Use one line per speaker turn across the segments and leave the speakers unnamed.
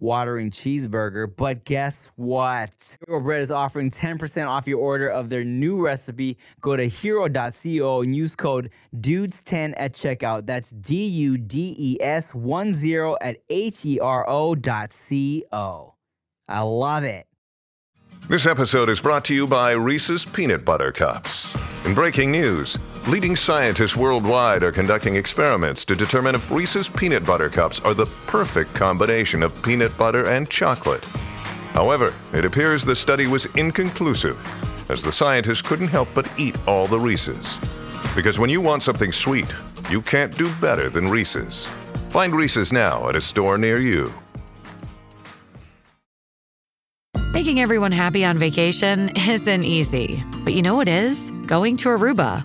watering cheeseburger. But guess what? Hero Bread is offering 10% off your order of their new recipe. Go to hero.co and use code DUDES10 at checkout. That's D U D E S 1 0 at H E R O dot C O. I love it.
This episode is brought to you by Reese's Peanut Butter Cups. In breaking news, leading scientists worldwide are conducting experiments to determine if Reese's Peanut Butter Cups are the perfect combination of peanut butter and chocolate. However, it appears the study was inconclusive, as the scientists couldn't help but eat all the Reese's. Because when you want something sweet, you can't do better than Reese's. Find Reese's now at a store near you.
Making everyone happy on vacation isn't easy, but you know what is? Going to Aruba.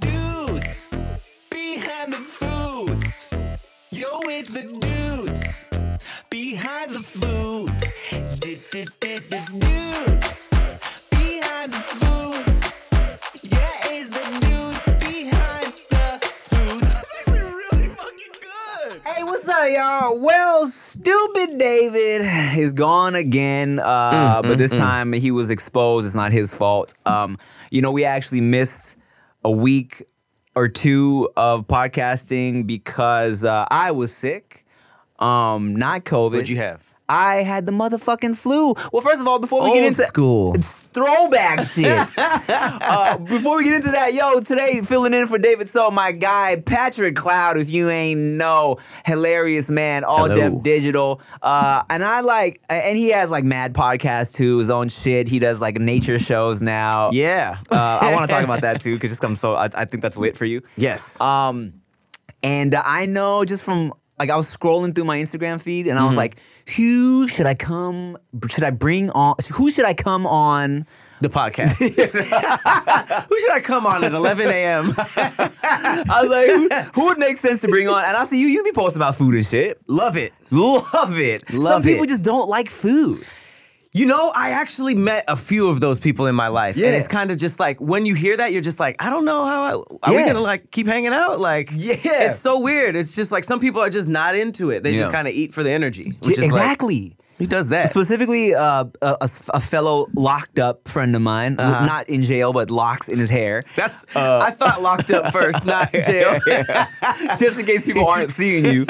Dudes behind the foods. Yo, it's the dudes behind the foods. Dudes behind the foods. Yeah, it's the dudes behind the foods. That's actually really fucking good.
Hey, what's up, y'all? Well, stupid David is gone again,
Mm,
uh, but this time he was exposed. It's not his fault. Um, you know, we actually missed a week or two of podcasting because uh, I was sick. Um, not COVID.
What'd you have?
I had the motherfucking flu. Well, first of all, before
Oh,
we get into
school.
it's throwback shit. uh, before we get into that, yo, today filling in for David So, my guy Patrick Cloud, if you ain't know, hilarious man, all
Hello.
deaf digital. Uh, and I like, and he has like mad podcast too, his own shit. He does like nature shows now.
Yeah.
Uh, I want to talk about that too because just I'm so I, I think that's lit for you.
yes.
Um, and uh, I know just from like I was scrolling through my Instagram feed, and I
Mm-hmm.
was like, who should I come? Should I bring on? Who should I come on?
the podcast. Who should I come on at 11 a.m.?
I was like, who, who would make sense to bring on? And I see you. You be posting about food and shit.
Love it.
Love it. Some
Love
people
it.
just don't like food.
You know, I actually met a few of those people in my life.
Yeah.
And it's kind of just like when you hear that, you're just like, I don't know how I, are we
Yeah.
going to like keep hanging out? Like,
Yeah.
It's so weird. It's just like some people are just not into it. They just
Yeah.
kind of eat for the energy. Which is like,
exactly.
who does that?
Specifically, uh, a, a s- a fellow locked up friend of mine, uh, not in jail, but locks in his hair.
That's, I thought locked up first, not jail.
just in case people aren't seeing you.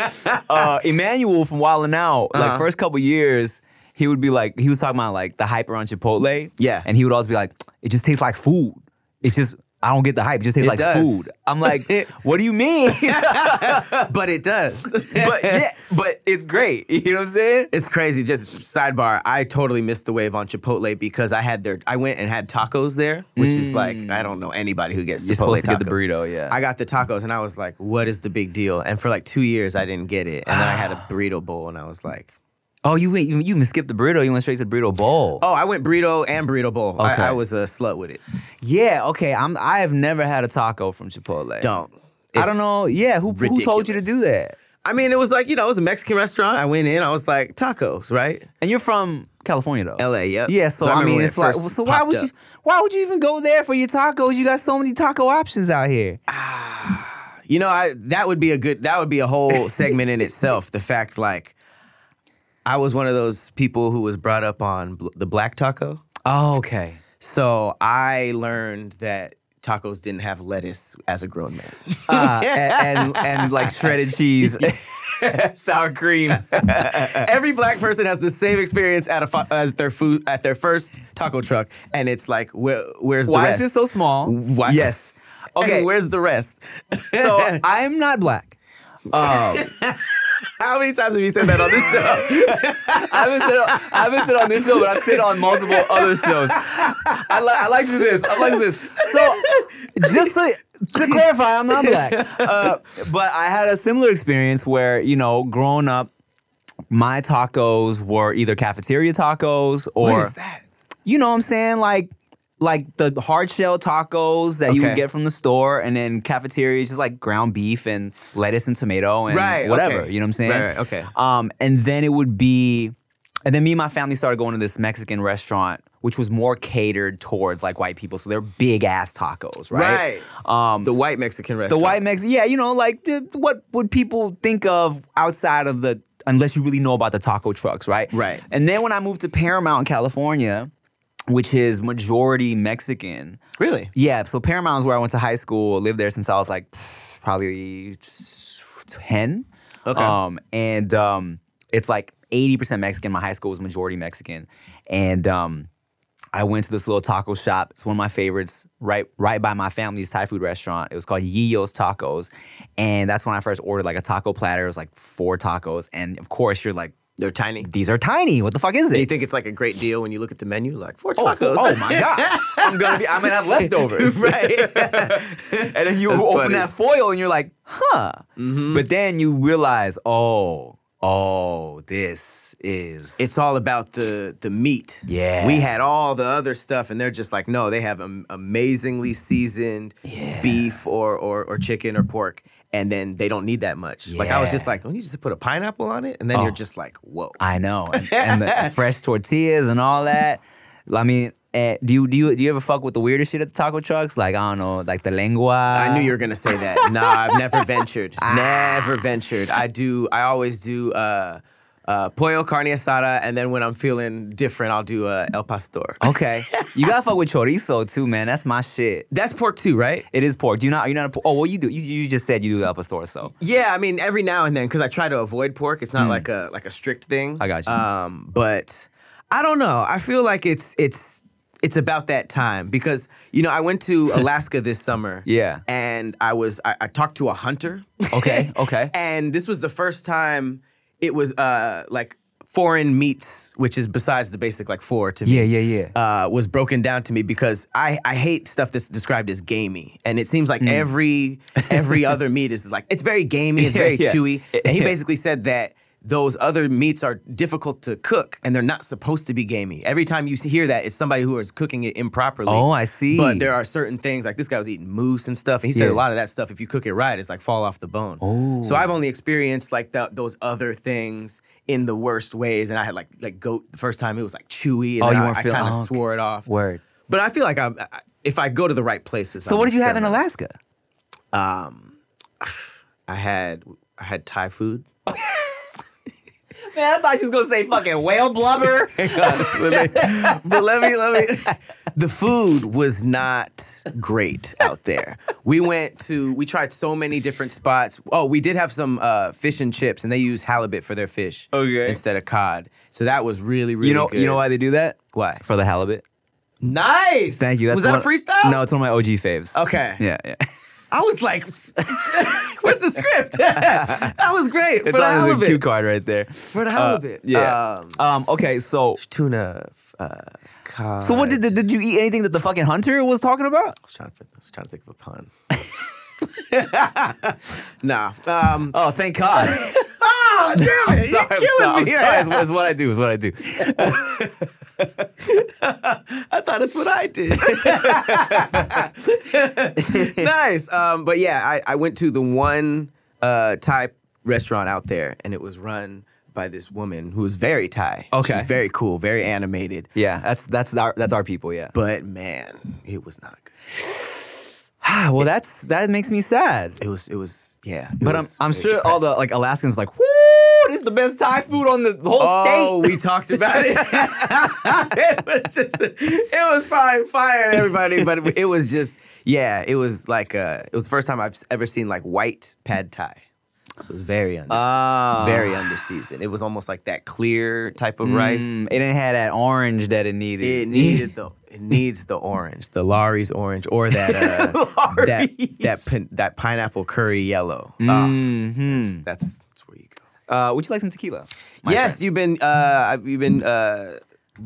Uh, Emmanuel from Wild and Out, like first couple years, he would be like, he was talking about like the hype around Chipotle.
Yeah.
And he would always be like, it just tastes like food. It's just, I don't get the hype. It just tastes
It
like
does.
food. I'm like, what do you mean?
but it does.
but yeah, but it's great. You know what I'm saying?
It's crazy. Just sidebar. I totally missed the wave on Chipotle because I had their. I went and had tacos there, which is like I don't know anybody who gets.
Mm. You're
Chipotle
supposed to get the
tacos.
burrito, yeah.
I got the tacos and I was like, "What is the big deal?" And for like two years, I didn't get it. And then I had
Ah.
a burrito bowl and I was like,
Oh, you went, you, you skipped the burrito. You went straight to the burrito bowl.
"Oh, I went burrito and burrito bowl. I-
Okay.
I, was a slut with it.
yeah. Okay. I'm. I have never had a taco from Chipotle. I don't
Don't. It's-
know. Yeah. Who, who told you to
ridiculous.
do that?
I mean, it was like you know, it was a Mexican restaurant. I went in. I was like, tacos, right?
And you're from California though.
LA, yep.
Yeah, so,
So I
I,
remember
mean
when
it's
it
like
first
so why
popped
would you
up.
why would you even go there for your tacos? You got so many taco options out here.
You know, I that would be a good that would be a whole segment in itself. The fact like I was one of those people who was brought up on bl- the black taco.
Oh, okay.
So I learned that tacos didn't have lettuce as a grown man.
Uh, and, and and like shredded cheese, sour cream.
Every black person has the same experience at a fu- at their food at their first taco truck, and it's like, where, where's the
Why is
rest?
this so small?
Why-
Yes.
Okay,
Okay.
where's the rest?
So I'm not black. Um,
How many times have you said that on this show?
I haven't said on, I haven't said on this show, but I've said on multiple other shows. I, li- I like to do this. I like to do this. So, just so, to clarify, I'm not black, uh, but I had a similar experience where you know, growing up, my tacos were either cafeteria tacos or
what is that?
you know what I'm saying? Like like the hard shell tacos that you
Okay.
would get from the store and then cafeteria is just like ground beef and lettuce and tomato and
Right,
whatever.
okay.
You know what I'm saying?
Right, right, okay.
Um and then it would be and then me and my family started going to this Mexican restaurant which was more catered towards like white people. So they're big ass tacos, right? Um
The white Mexican
the
restaurant.
white Mexican, yeah, you know, like the, what would people think of outside of the, unless you really know about the taco trucks, right?
Right.
And then when I moved to Paramount, California, which is majority Mexican,
Really?
yeah, so Paramount is where I went to high school, lived there since I was like probably 10.
Okay.
Um, and um, it's like 80% Mexican. My high school was majority Mexican. And um, I went to this little taco shop. It's one of my favorites, right right by my family's Thai food restaurant. It was called Yiyo's Tacos. And that's when I first ordered like a taco platter. It was like four tacos. And of course, you're like,
They're tiny. Do
these are tiny. What the fuck is this?
you think it's like a great deal when you look at the menu? Like four
Oh,
tacos.
oh my god! I'm gonna be. I'm gonna have leftovers.
right.
And then you
That's
open
funny.
that foil and you're like, huh. But then you realize, oh, oh, this is.
it's all about the the meat.
Yeah.
we had all the other stuff, and they're just like, no, they have am- amazingly seasoned
Yeah.
beef or, or or chicken or pork, and then they don't need that much. Like I was
Yeah. Oh.
just like, oh, you just put a pineapple on it, and then you're just like, whoa.
I know. And, and the fresh tortillas and all that. I mean, eh, do you do you do you ever fuck with the weirdest shit at the taco trucks? Like I don't know, like the lengua.
I knew you were gonna say that. nah, I've never ventured. never ventured. I do. I always do. Uh, uh, pollo carne asada, and then when I'm feeling different, I'll do uh, el pastor.
Okay, you gotta fuck with chorizo too, man. That's my shit.
That's pork too, right?
It is pork. Do you not? You're not a pork. Oh well, you do. You, you just said you do the upper store, so
Yeah, I mean every now and then because I try to avoid pork. It's not like a like a strict thing.
Hmm. I got you.
Um, but I don't know. I feel like it's it's it's about that time because you know I went to Alaska this summer.
Yeah.
and I was I, I talked to a hunter.
Okay, okay.
and this was the first time it was uh like foreign meats, which is besides the basic like four to me
yeah, yeah, yeah.
uh, was broken down to me because I, I hate stuff that's described as gamey, and it seems like
Hmm.
every every other meat is like it's very gamey, it's
Yeah,
very
yeah.
chewy. And he
Yeah.
basically said that those other meats are difficult to cook, and they're not supposed to be gamey. Every time you hear that, it's somebody who is cooking it improperly.
Oh, I see.
But there are certain things like this guy was eating moose and stuff, and he said
Yeah.
a lot of that stuff if you cook it right, it's like fall off the bone.
Oh.
So I've only experienced like the, those other things. In the worst ways, and I had like like goat the first time. It was like chewy, and
Oh,
oh,
you
you I,
weren't
I
feel-
kind of
oh, okay.
swore it off.
Word.
But I feel like I'm, I, if I go to the right places.
so
I'm
what did you have in
experimenting.
Alaska?
I had I had Thai food.
Man, I thought you was gonna say fucking whale blubber.
but let me let me. The food was not great out there. We went to we tried so many different spots. Oh, we did have some uh, fish and chips, and they use halibut for their fish
Okay.
instead of cod. So that was really really
you know,
good.
you know why they do that?
Why?
For the halibut.
Nice.
Thank you. That's
was that a
one-
freestyle?
No, it's one of my OG faves.
Okay.
Yeah, yeah.
I was like, where's the script? that was great.
It's
for the
always a
halibut.
cue card right there.
For the halibut.
Yeah.
Um,
Um, okay, so
tuna. f- Uh, cod.
so what did did you eat anything that the fucking hunter was talking about?
I was trying to, I was trying to think of a pun. nah. Um,
Oh, thank God.
oh, damn it.
sorry, I'm
You're
sorry,
killing
I'm
me.
sorry. It's, it's what I do. It's what I do.
I thought it's what I did. nice. Um, but yeah, I, I went to the one uh, Thai restaurant out there, and it was run by this woman who was very Thai.
Okay.
She's very cool, very animated.
Yeah, that's that's our that's our people. Yeah.
But man, it was not good.
Ah, well, that's that makes me sad.
It was, it was, yeah.
But I'm I'm sure all the like Alaskans like, whoo, this is the best Thai food on the whole state.
Oh,
Mm,
we talked about it. it was just, it was fine, fire and everybody, but it was just, yeah, it was like, uh, it was the first time I've ever seen like white pad Thai. So it was very under, very under seasoned. It was almost like that clear type of rice.
Mm, it didn't have that orange that it needed.
It needed the, it needs the orange, the Lari's orange, or that, uh, that, that, pin, that pineapple curry yellow. Ah, that's, that's, that's where you go.
Uh, would you like some tequila? my
yes, you've been uh, you've been uh,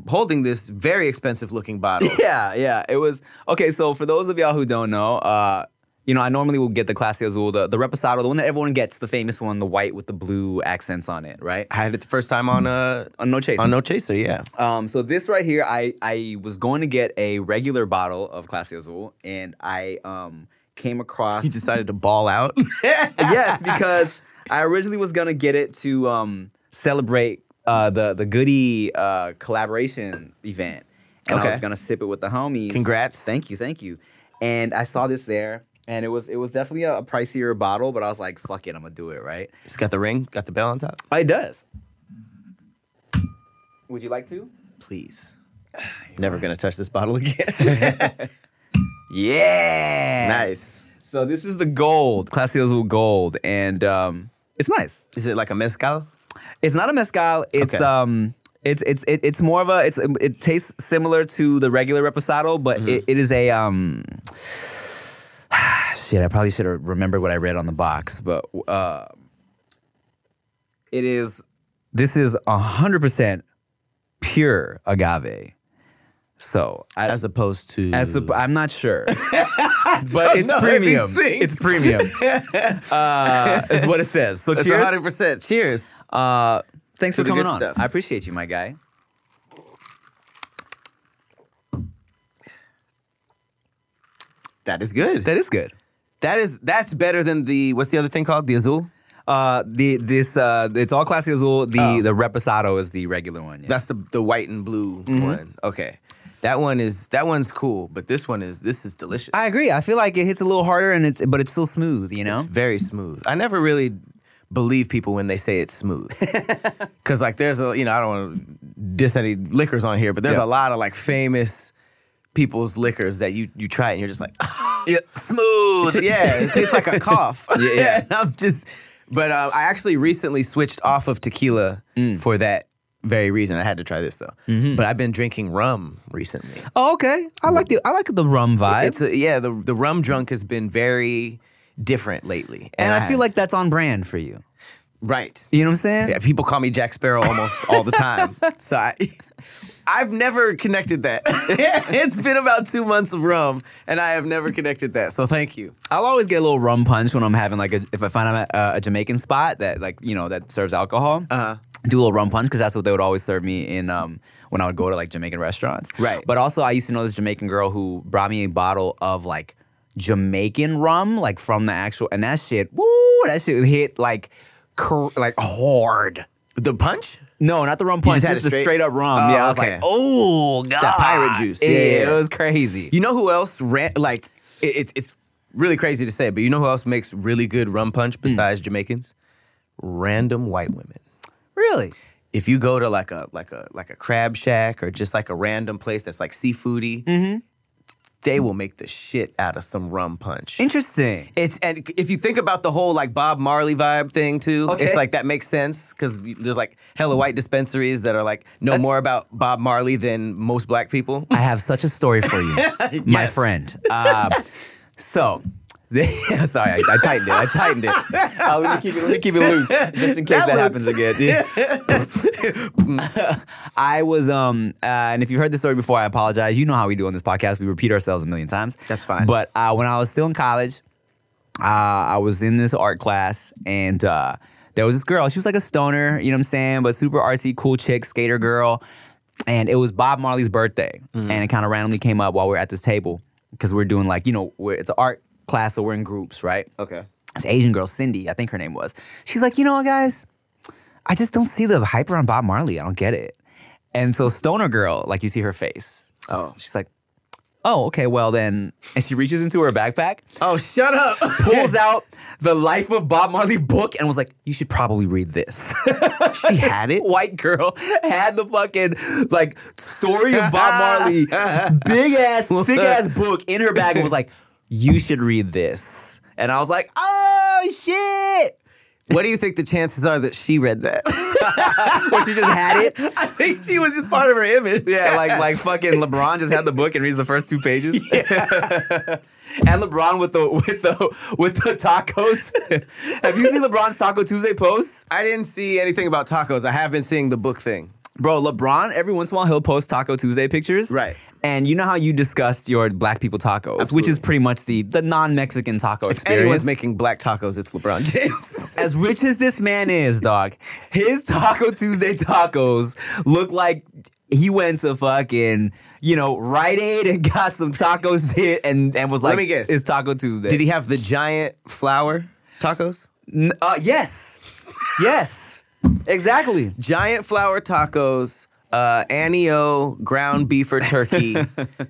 holding this very expensive looking bottle.
yeah, yeah. It was okay. So for those of y'all who don't know, uh, you know, I normally will get the Classy Azul, the, the Reposado, the one that everyone gets, the famous one, the white with the blue accents on it, right?
I had it the first time on uh
On no chase.
on No Chaser. Yeah,
Um, so this right here, I I was going to get a regular bottle of Classy Azul, and I um came across
you decided to ball out.
yes because I originally was gonna get it to um celebrate uh the the Goody uh collaboration event, and I was
Okay.
gonna sip it with the homies.
Congrats.
thank you, thank you. And I saw this there, and it was it was definitely a, a pricier bottle, but I was like, fuck it, I'm gonna do it right.
it's got the ring, got the bell on top.
Oh, it does. Would you like to?
Please, never gonna touch this bottle again.
Yeah.
nice.
So this is the gold, Classy Azul gold, and um, it's nice.
Is it like a mezcal?
It's not a mezcal. It's
Okay.
um, it's it's it, it's more of a it's it tastes similar to the regular reposado,
Mm-hmm.
but it, it is a um. Shit, I probably should have remembered what I read on the box, but uh, it is. This is hundred percent pure agave. So I,
As opposed to
as a, I'm not sure, but it's premium. It's premium. uh, is what it says. So
It's
cheers.
hundred percent. Cheers.
Uh, thanks
To
for
the
coming
good
on.
stuff.
I appreciate you, my guy.
That is good.
That is good.
that is that's better than the what's the other thing called the Azul.
Uh, the this uh, it's all classy azul. The
Oh.
the reposado is the regular one. yeah.
That's the the white and blue one. Okay. That one is that one's cool, but this one is this is delicious.
I agree. I feel like it hits a little harder, and it's but it's still smooth. You know.
It's very smooth. I never really believe people when they say it's smooth. Cuz like there's a you know, I don't want to diss any liquors on here, but there's
Yeah.
a lot of like famous people's liquors that you you try it and you're just like "Oh,
smooth.
yeah, it tastes like a cough. Yeah,
yeah.
and I'm just, but uh, I actually recently switched off of tequila
Mm.
for that very reason. I had to try this though. But I've been drinking rum recently.
Mm-hmm. Oh, okay. I like the I like the rum vibe,
It's a, yeah, the the rum drunk has been very different lately,
and I feel like that's on brand for you.
right.
You know what I'm saying?
Yeah, people call me Jack Sparrow almost all the time. So I, I've never connected that. it's been about two months of rum, and I have never connected that. So thank you.
I'll always get a little rum punch when I'm having like a, if I find out a, a Jamaican spot that like you know that serves alcohol. Uh-huh. Do a little rum punch because that's what they would always serve me in um, when I would go to like Jamaican restaurants.
Right.
But also, I used to know this Jamaican girl who brought me a bottle of like Jamaican rum, like from the actual, and that shit, woo, that shit hit like, cr- like hard.
The punch.
No, not the rum punch,
just had
just
it
the straight,
straight-
up rum.
Oh,
yeah, I was
okay.
like, oh god,
that pirate juice.
Yeah,
Yeah, yeah,
it
yeah.
was crazy.
You know who else ran like it, it, it's really crazy to say, but you know who else makes really good rum punch
Hmm.
besides Jamaicans? Random white women.
really?
If you go to like a like a like a crab shack or just like a random place that's like seafoody, they will make the shit out of some rum punch.
Interesting.
It's and if you think about the whole like Bob Marley vibe thing too,
Okay.
it's like that makes sense because there's like hella white dispensaries that are like know more about Bob Marley than most black people.
I have such a story for you, my
Yes.
friend. Uh, so, sorry, I, I tightened it. I tightened it. Uh, let, me keep it let me keep it loose, just in case that,
That
happens again. I was, um, uh, and if you've heard this story before, I apologize. You know how we do on this podcast; we repeat ourselves a million times.
That's fine.
But uh, when I was still in college, uh, I was in this art class, and uh, there was this girl. She was like a stoner, you know what I'm saying, but super artsy, cool chick, skater girl. And it was Bob Marley's birthday,
Mm-hmm.
and it kind of randomly came up while we were at this table because we are doing like you know we're, it's an art class, so we're in groups, right?
Okay.
this Asian girl, Cindy, I think her name was. She's like, you know what, guys, I just don't see the hype around Bob Marley. I don't get it. And so Stoner Girl, like you see her face. She's-
Oh.
She's like, oh, okay, well then. And she reaches into her backpack,
Oh, shut up.
pulls out the Life of Bob Marley book, and was like, you should probably read this.
she had it.
White girl had the fucking like story of Bob Marley, big ass, thick ass book in her bag, and was like, you should read this. And I was like, oh shit.
What do you think the chances are that she read that?
Or she just had it.
I think she was just part of her image.
Yeah, like like fucking LeBron just had the book and reads the first two pages. and LeBron with the with the with the tacos. Have you seen LeBron's Taco Tuesday posts?
I didn't see anything about tacos. I have been seeing the book thing.
Bro, LeBron every once in a while he'll post Taco Tuesday pictures.
Right.
And you know how you discussed your black people tacos, which is
Absolutely.
pretty much the the non-Mexican taco experience.
Anyone's making black tacos, it's LeBron James.
as rich as this man is, dog, his Taco Tuesday tacos look like he went to fucking, you know, Rite Aid and got some taco shit and, and was like,
Let me guess.
it's Taco Tuesday.
Did he have the giant flour tacos?
N- Uh, yes. yes. Exactly.
Giant flour tacos, uh, Anio ground beef or turkey.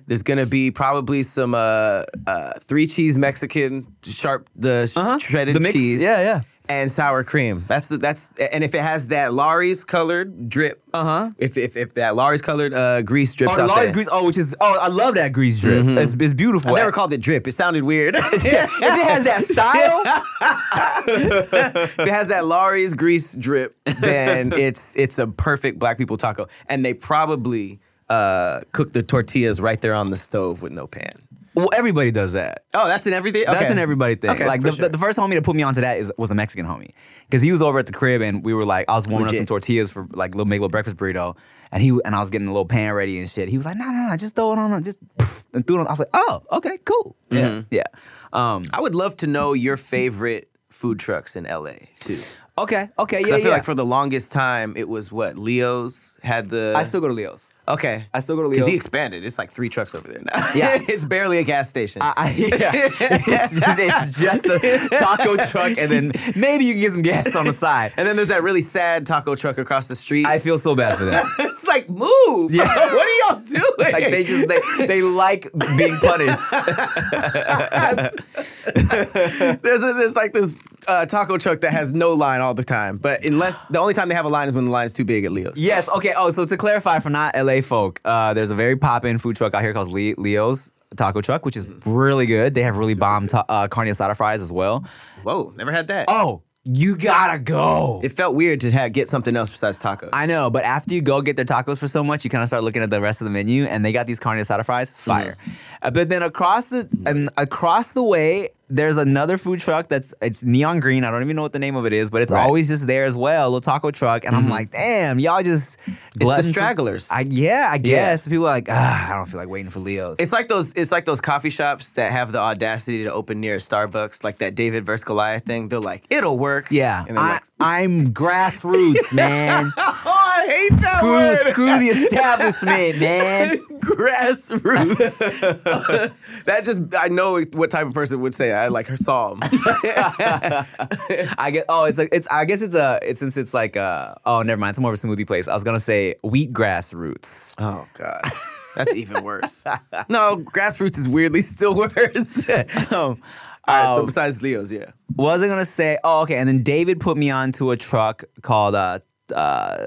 There's gonna be probably some uh, uh, three cheese Mexican sharp Uh-huh. the sh- shredded
The mix-
cheese.
yeah, yeah.
And sour cream. That's the, that's and if it has that Laurie's colored drip. Uh huh. If, if if that Laurie's colored uh, grease drips
Oh,
out
Lolly's
there.
grease. Oh, which is oh, I love that grease drip. It's, it's beautiful.
Mm-hmm. I never called it drip. It sounded weird. if
if it has that style,
it has that Laurie's grease drip, then it's it's a perfect black people taco. And they probably uh, cook the tortillas right there on the stove with no pan.
well, everybody does that.
Oh, that's in everything.
That's
Okay.
an everybody thing.
Okay,
like
for
the,
sure.
the first homie to put me onto that is was a Mexican homie because he was over at the crib and we were like I was warming up
Legit.
some tortillas for like little make a little breakfast burrito and he and I was getting a little pan ready and shit. He was like, no, no, no, just throw it on, just poof, and threw it on. I was like, oh, okay, cool,
Mm-hmm.
yeah, yeah, um,
I would love to know your favorite food trucks in LA too.
okay, okay, yeah,
Because I feel
yeah.
like for the longest time it was what Leo's had the.
I still go to Leo's.
okay.
I still go to
because he
Leo's.
expanded. It's like three trucks over there now.
Yeah.
it's barely a gas station.
I, I, yeah. it's, it's just a taco truck, and then maybe you can get some gas on the side.
and then there's that really sad taco truck across the street.
I feel so bad for them.
it's like move.
Yeah.
what are y'all doing?
Like they just they, they like being punished.
there's, there's like this uh, taco truck that has no line all the time. But unless the only time they have a line is when the line is too big at Leo's.
Yes. Okay. Oh, so to clarify for not LA folk, uh, there's a very poppin' food truck out here called Le- Leo's Taco Truck, which is really good. They have really bomb ta- uh, carne asada fries as well.
Whoa, never had that.
Oh, you gotta go.
It felt weird to have, get something else besides tacos.
I know, but after you go get their tacos for so much, you kind of start looking at the rest of the menu, and they got these carne asada fries,
Mm-hmm.
fire. Uh, but then across the and across the way, there's another food truck that's it's neon green. I don't even know what the name of it is, but it's
Right. Mm-hmm.
always just there as well, a little taco truck. And I'm like, damn, y'all just glutton for-
stragglers.
I yeah, I guess people are like, ah, I don't feel like waiting for Leo's.
It's like those. It's like those coffee shops that have the audacity to open near a Starbucks, like that David versus Goliath thing. They're like, it'll work.
yeah,
And they're
I,
like,
I'm grassroots, man.
oh, I hate that
screw,
word.
screw the establishment, man.
Grassroots. that just. I know what type of person would say. that. I like her saw him.
I guess. Oh, it's like it's. I guess it's a. It's since it's like uh Oh, never mind. It's more of a smoothie place. I was gonna say wheatgrass roots.
Oh God. That's even worse. no, grassroots is weirdly still worse. um, all right, so besides Leo's, yeah.
What was I gonna say? Oh, okay. And then David put me onto a truck called uh, uh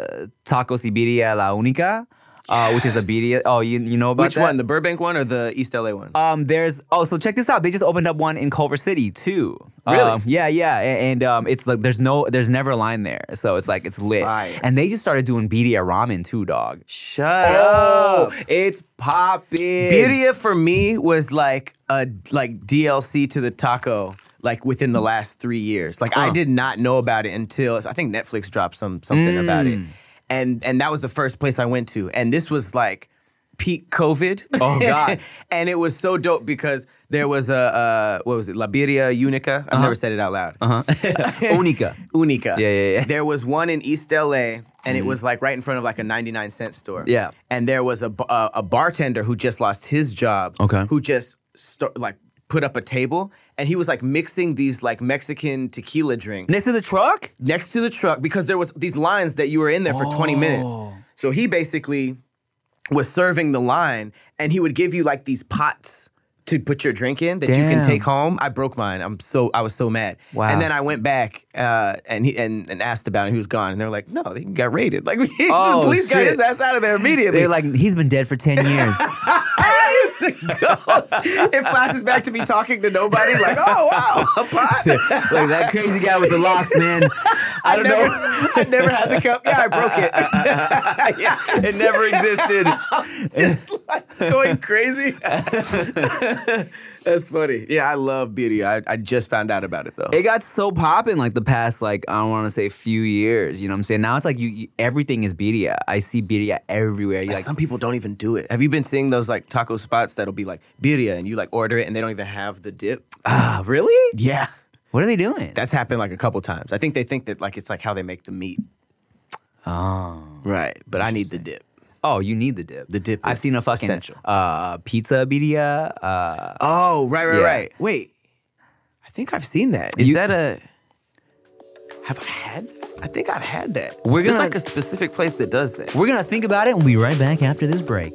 Tacos Ibiria La Unica, uh, which is a Ibiria. Oh, you you know about
Which
that?
one, the Burbank one or the East LA one?
Um, there's oh, so check this out. They just opened up one in Culver City too.
Really?
Um, yeah, yeah. a- And, um, it's like there's no, there's never a line there, so it's like it's lit.
Fire.
And they just started doing BDA ramen too, dog.
Shut
Oh, it's popping.
Birria for me was like a like DLC to the taco. Like within the last three years, like I
Huh.
did not know about it until I think Netflix dropped some something about it,
Mm.
and and that was the first place I went to, and this was like peak COVID.
Oh, God.
and it was so dope because there was a uh, what was it La Birria Unica? I've never said it out loud. Uh-huh.
Unica.
Unica.
Yeah, yeah, yeah.
There was one in East LA, and it was like right in front of like a 99 cent store.
Yeah.
And there was a b- uh, a bartender who just lost his job.
Okay.
Who just st- like put up a table, and he was like mixing these like Mexican tequila drinks
Next to the truck?
next
Oh.
to the truck because there was these lines that you were in there for 20 minutes. So he basically was serving the line, and he would give you like these pots to put your drink in that you can
Damn.
take home. I broke mine. I'm so I was so mad.
Wow.
And then I went back uh, and he and, and asked about it. He was gone, and they were like, "No, he got raided. Like
Oh,
the police got
shit.
his ass out of there immediately."
They're like, he's been dead for 10 years.
it flashes back to me talking to nobody. Like, oh wow, a pot.
like that crazy guy with the locks, man. I don't
never,
know.
I never had the cup. Yeah, I broke it. yeah,
It never existed.
just like going crazy. That's funny. Yeah, I love beauty. I, I just found out about it though.
it got so popping like the past like I don't want to say few years. You know what I'm saying? Now it's like you, you everything is birria. I see birria everywhere. You
Like,
like
some people don't even do it. Have you been seeing those like taco spots that'll be like birria and you like order it and they don't even have the dip?
ah really?
Yeah.
What are they doing?
That's happened like a couple times. I think they think that like it's like how they make the meat. Oh. Right. But I need the dip.
oh, you need the dip.
The dip
I've
is
seen a fucking
essential.
uh pizza birria. Uh,
Oh, right, right,
Yeah.
right. Wait. I think I've seen that. Is
You-
that a have I had that? I think I've had that.
We're
There's
gonna-
like a specific place that does that.
we're gonna think about it and we'll be right back after this break.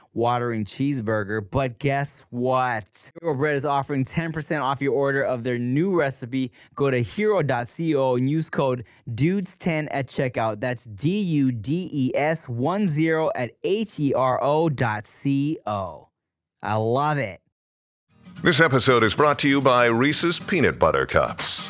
watering cheeseburger. But guess what? Hero Bread is offering 10% off your order of their new recipe. Go to hero.co and use code DUDES10 at checkout. That's D U D E S 1 0 at H E R O dot C O. I love it.
This episode is brought to you by Reese's Peanut Butter Cups.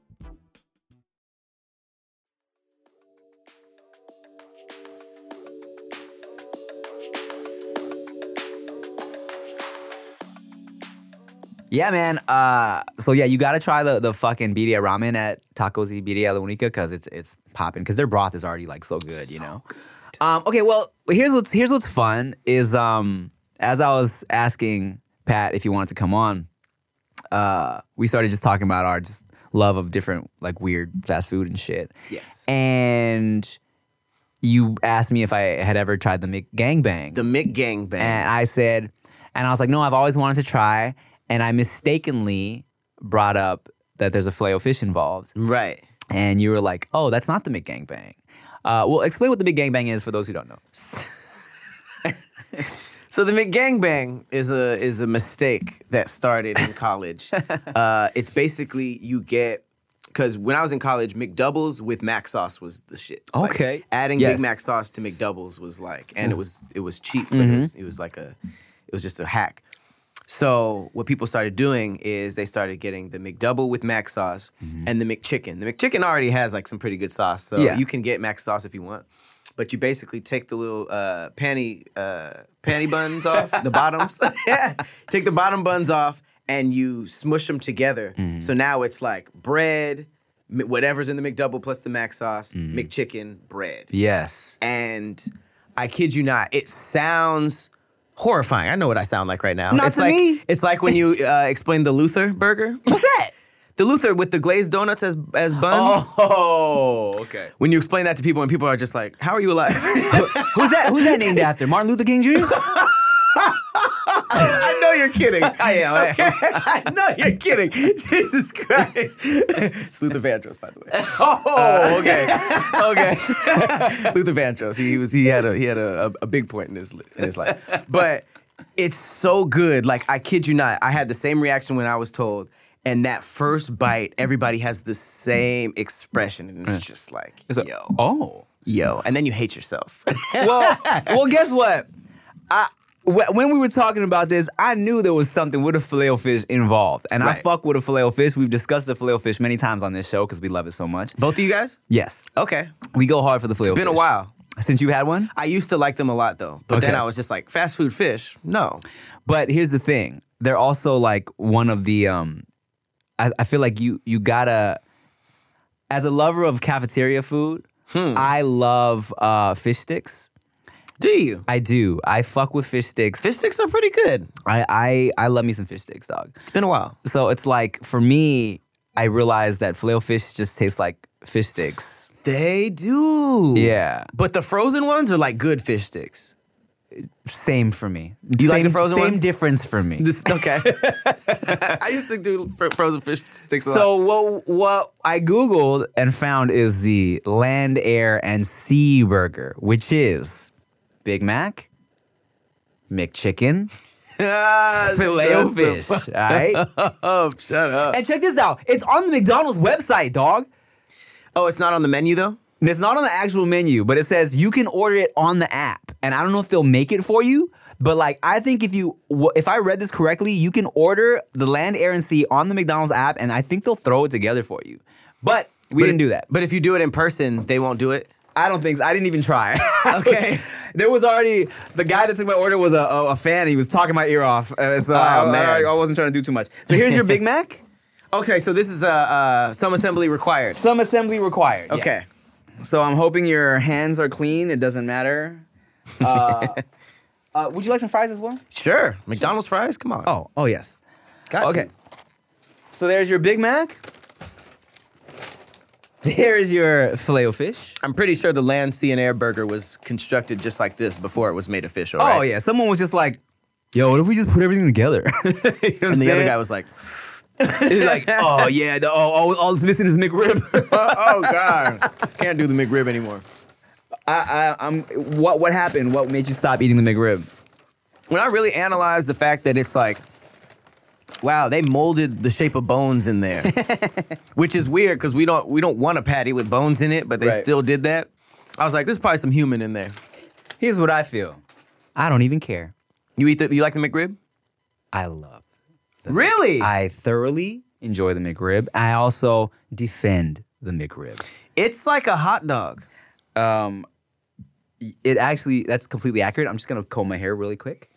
Yeah, man. Uh, so yeah, you gotta try the the fucking birria ramen at Tacos y Birria La Unica because it's it's popping because their broth is already like so good, you know. Um, okay, well here's what's here's what's fun is um as I was asking Pat if he wanted to come on, uh, we started just talking about our just love of different like weird fast food and shit.
Yes.
And you asked me if I had ever tried the McGangbang.
The Mick Gang Bang.
And I said, and I was like, no, I've always wanted to try. And I mistakenly brought up that there's a filet of fish involved.
right.
And you were like, oh, that's not the McGangbang. Uh, well, explain what the Big Gangbang is for those who don't know.
So the McGangbang is a is a mistake that started in college. uh, it's basically you get because when I was in college, McDoubles with Mac sauce was the shit. Like,
Okay.
adding
Yes.
Big Mac sauce to McDoubles was like, and it was it was cheap, but
Mm-hmm.
it, was, it was like a it was just a hack. So what people started doing is they started getting the McDouble with Mac sauce and the McChicken. The McChicken already has like some pretty good sauce, so
Mm-hmm. Yeah.
you can get Mac sauce if you want. But you basically take the little uh, panty uh, panty buns off the bottoms. yeah, take the bottom buns off and you smush them together.
Mm-hmm.
So now it's like bread, m- whatever's in the McDouble plus the Mac sauce,
Mm-hmm.
McChicken, bread
Yes.
and I kid you not, it sounds horrifying. I know what I sound like right now.
Not
it's
to
like,
me.
It's like when you uh, explain the Luther burger.
What's that?
The Luther with the glazed donuts as as buns.
Oh, okay.
When you explain that to people, and people are just like, "How are you alive?"
Who's that? Who's that named after? Martin Luther King Jr.
I know you're kidding. I am. I am.
I know you're kidding. Jesus Christ.
it's Luther Vandross, by the way. Uh,
Oh, okay. Okay.
Luther Vandross. He was he had a he had a, a, a big point in his in his life. But it's so good. Like I kid you not, I had the same reaction when I was told. And that first bite, everybody has the same expression, and
Mm.
it's just like, yo,
Oh.
yo, and then you hate yourself.
well, well, guess what? I wh- when we were talking about this, I knew there was something with a filet fish involved, and I
Right.
fuck with a filet fish. We've discussed the filet fish many times on this show because we love it so much.
Both of you guys?
Yes,
Okay.
we go hard for the filet.
It's been a while.
since you had one.
I used to like them a lot though, but then
Okay.
I was just like, fast food fish? No.
But here's the thing: they're also like one of the. um I, I feel like you you gotta, as a lover of cafeteria food, I love uh fish sticks.
Do you?
I do. I fuck with fish sticks.
Fish sticks are pretty good.
I I I love me some fish sticks, dog.
It's been a while.
So it's like for me, I realized that flail fish just tastes like fish sticks.
They do.
Yeah,
But the frozen ones are like good fish sticks.
same for me.
You
same,
like the frozen
Same
ones?
difference for me.
This okay. I used to do fr- frozen fish sticks. a lot.
so what what I googled and found is the land, air, and sea burger, which is Big Mac, McChicken,
Ah,
filet
shut the
fish.
fuck
All right,
Up, shut up.
and check this out. It's on the McDonald's website, dog.
Oh, it's not on the menu though.
And It's not on the actual menu, but it says you can order it on the app. And I don't know if they'll make it for you, but like I think if you wh- if I read this correctly, you can order the land, air, and sea on the McDonald's app, and I think they'll throw it together for you. But we didn't do that.
But if you do it in person, they won't do it.
I don't think I didn't even try. I was-
Okay.
there was already the guy that took my order was a, a, a fan. He was talking my ear off, uh, so I, I-
Oh, man.
I wasn't trying to do too much. So here's your Big Mac.
Okay, so this is uh, uh some assembly required.
Some assembly required. yeah.
Okay.
So I'm hoping your hands are clean. It doesn't matter. Uh, uh, would you like some fries as well?
Sure. McDonald's fries? Come on.
Oh, oh yes.
Got
okay.
you.
So there's your Big Mac. There's your filet o fish.
I'm pretty sure the land, sea, and air burger was constructed just like this before it was made official.
Oh
right?
yeah, someone was just like, "Yo, what if we just put everything together?" You know what I'm
And the other
saying?
guy was like,
He's like, "Oh yeah, the, oh, all, all it's missing is McRib."
oh god, can't do the McRib anymore.
I, I, I'm what what happened? What made you stop eating the McRib?
When I really analyze the fact that it's like, wow, they molded the shape of bones in there, which is weird because we don't we don't want a patty with bones in it, but they
Right.
still did that. I was like, there's probably some human in there.
Here's what I feel. I don't even care.
You eat the, you like the McRib?
I love
Really?
I thoroughly enjoy the McRib. I also defend the McRib.
it's like a hot dog.
It actually, that's completely accurate. I'm just gonna comb my hair really quick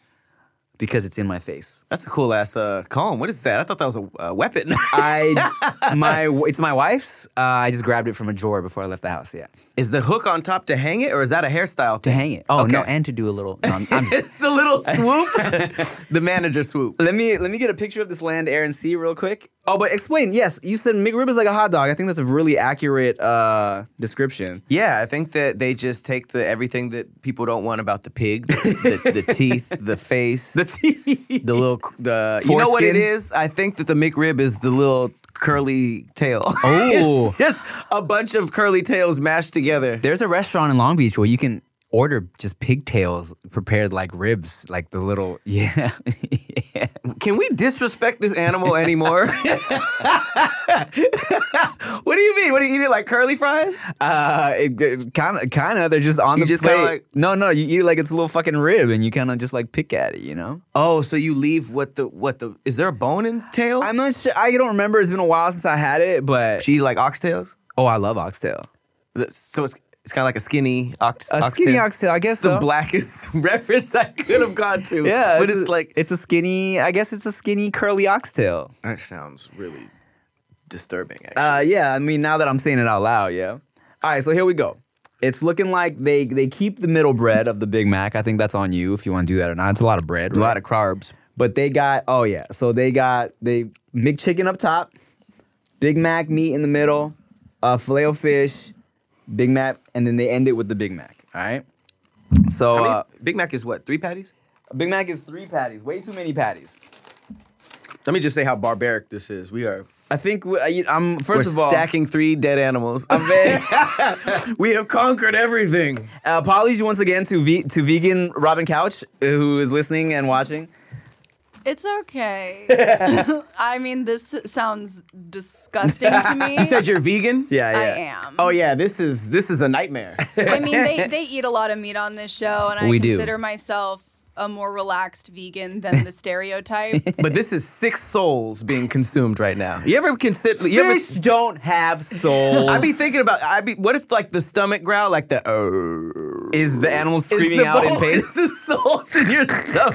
because it's in my face.
That's a cool ass uh, comb. What is that? I thought that was a uh, weapon.
I, my, it's my wife's. Uh, I just grabbed it from a drawer before I left the house. Yeah,
is the hook on top to hang it, or is that a hairstyle?
to hang it. Oh no,
Okay.
and to do a little. no, I'm- I'm just-
it's the little swoop, the manager swoop.
let me let me get a picture of this land, air, and sea real quick. Oh, but explain. Yes, you said McRib is like a hot dog. I think that's a really accurate uh, description.
Yeah, I think that they just take the everything that people don't want about the pig, the, the, the teeth, the face, the teeth, the little, c- the you know what it
Foreskin.
is. I think that the McRib is the little curly tail.
Oh.
it's just a bunch of curly tails mashed together.
There's a restaurant in Long Beach where you can order just pigtails prepared like ribs, like the little yeah. yeah.
Can we disrespect this animal anymore? what do you mean? What do you eat it like curly fries?
Uh, kind of, kind of. They're just on
You
the
just
plate.
kinda like-
no, no. You eat it like it's a little fucking rib, and you kind of just like pick at it. You know.
Oh, so you leave what the what the is there a bone in tail?
I'm not sure. I don't remember. It's been a while since I had it, but
Do you eat like oxtails?
oh, I love oxtail.
So it's it's kind of like a skinny ox.
A skinny oxtail, I guess.
It's the
so.
blackest reference I could have gone to.
Yeah,
but it's,
a-
like
it's a skinny. I guess it's a skinny curly oxtail.
that sounds really disturbing.
Uh, yeah. I mean, now that I'm saying it out loud, yeah. All right, so here we go. It's looking like they they keep the middle bread of the Big Mac. I think that's on you if you want to do that or not. It's a lot of bread,
A
right?
lot of carbs.
But they got oh yeah, so they got they McChicken up top, Big Mac meat in the middle, uh, filet o fish, Big Mac, and then they end it with the Big Mac. All right. So
I mean,
uh,
Big Mac is what? Three patties?
Big Mac is three patties. Way too many patties.
Let me just say how barbaric this is. We are.
I think we, I, I'm 1st
we're
of all uh,
stacking three dead animals.
I'm very-
we have conquered everything.
Uh, apologies once again to ve- to vegan Robin Couch uh, who is listening and watching.
It's okay. I mean, this sounds disgusting to me.
You said you're vegan?
Yeah, yeah.
I am.
Oh yeah, this is this is a nightmare.
I mean, they, they eat a lot of meat on this show, and I
We do.
consider myself a more relaxed vegan than the stereotype.
but this is six souls being consumed right now. You ever consider? You ever,
Fish don't have souls.
I'd be thinking about. I'd be. What if like the stomach growl, like the oh,
is the animal screaming out in pain?
It's the souls in your stomach.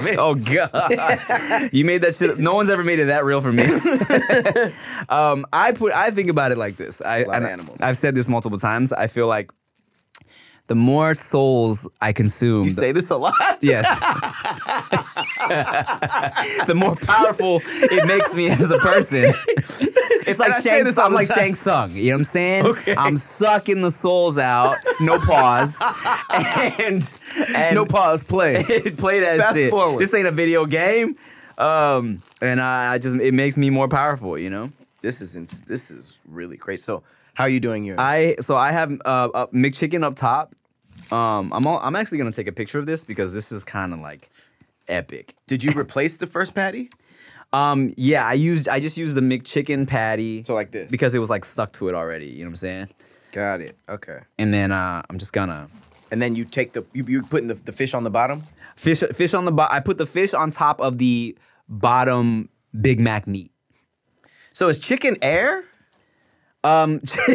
Oh god, you made that shit. No one's ever made it that real for me. um, I put. I think about it like this. I,
lot of
and
animals.
I've said this multiple times. I feel like the more souls I consume,
You
the-
say this a lot.
yes, the more powerful it makes me as a person. It's
And
like
I say
Shang.
this all
I'm
the
like
time.
Shang Tsung. You know what I'm saying? I'm sucking the souls out. No pause. and, and
No pause. Play.
play that
Fast
shit.
forward.
This ain't a video game. Um, and I, I just it makes me more powerful, you know.
this is ins- this is really crazy. So how are you doing your?
I so I have uh, uh McChicken up top. Um, I'm all, I'm actually gonna take a picture of this because this is kind of like epic.
Did you replace the first patty?
Um, yeah, I used I just used the McChicken patty
So like this.
because it was like stuck to it already. You know what I'm saying?
Got it. Okay.
And then uh, I'm just gonna
And then you take the you you putting the, the fish on the bottom.
fish fish on the bo- I put the fish on top of the bottom Big Mac meat.
So is chicken air?
Um,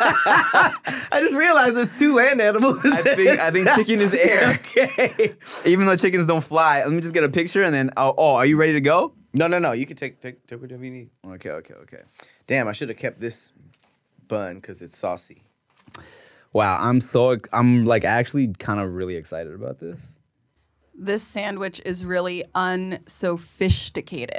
I just realized there's two land animals. In
I think I think chicken is air.
okay.
Even though chickens don't fly, let me just get a picture and then. Oh, oh are you ready to go?
No, no, no. You can take take take whatever you need.
Okay, okay, okay.
Damn, I should have kept this bun because it's saucy.
Wow, I'm so ex- I'm like actually kind of really excited about this.
this sandwich is really unsophisticated.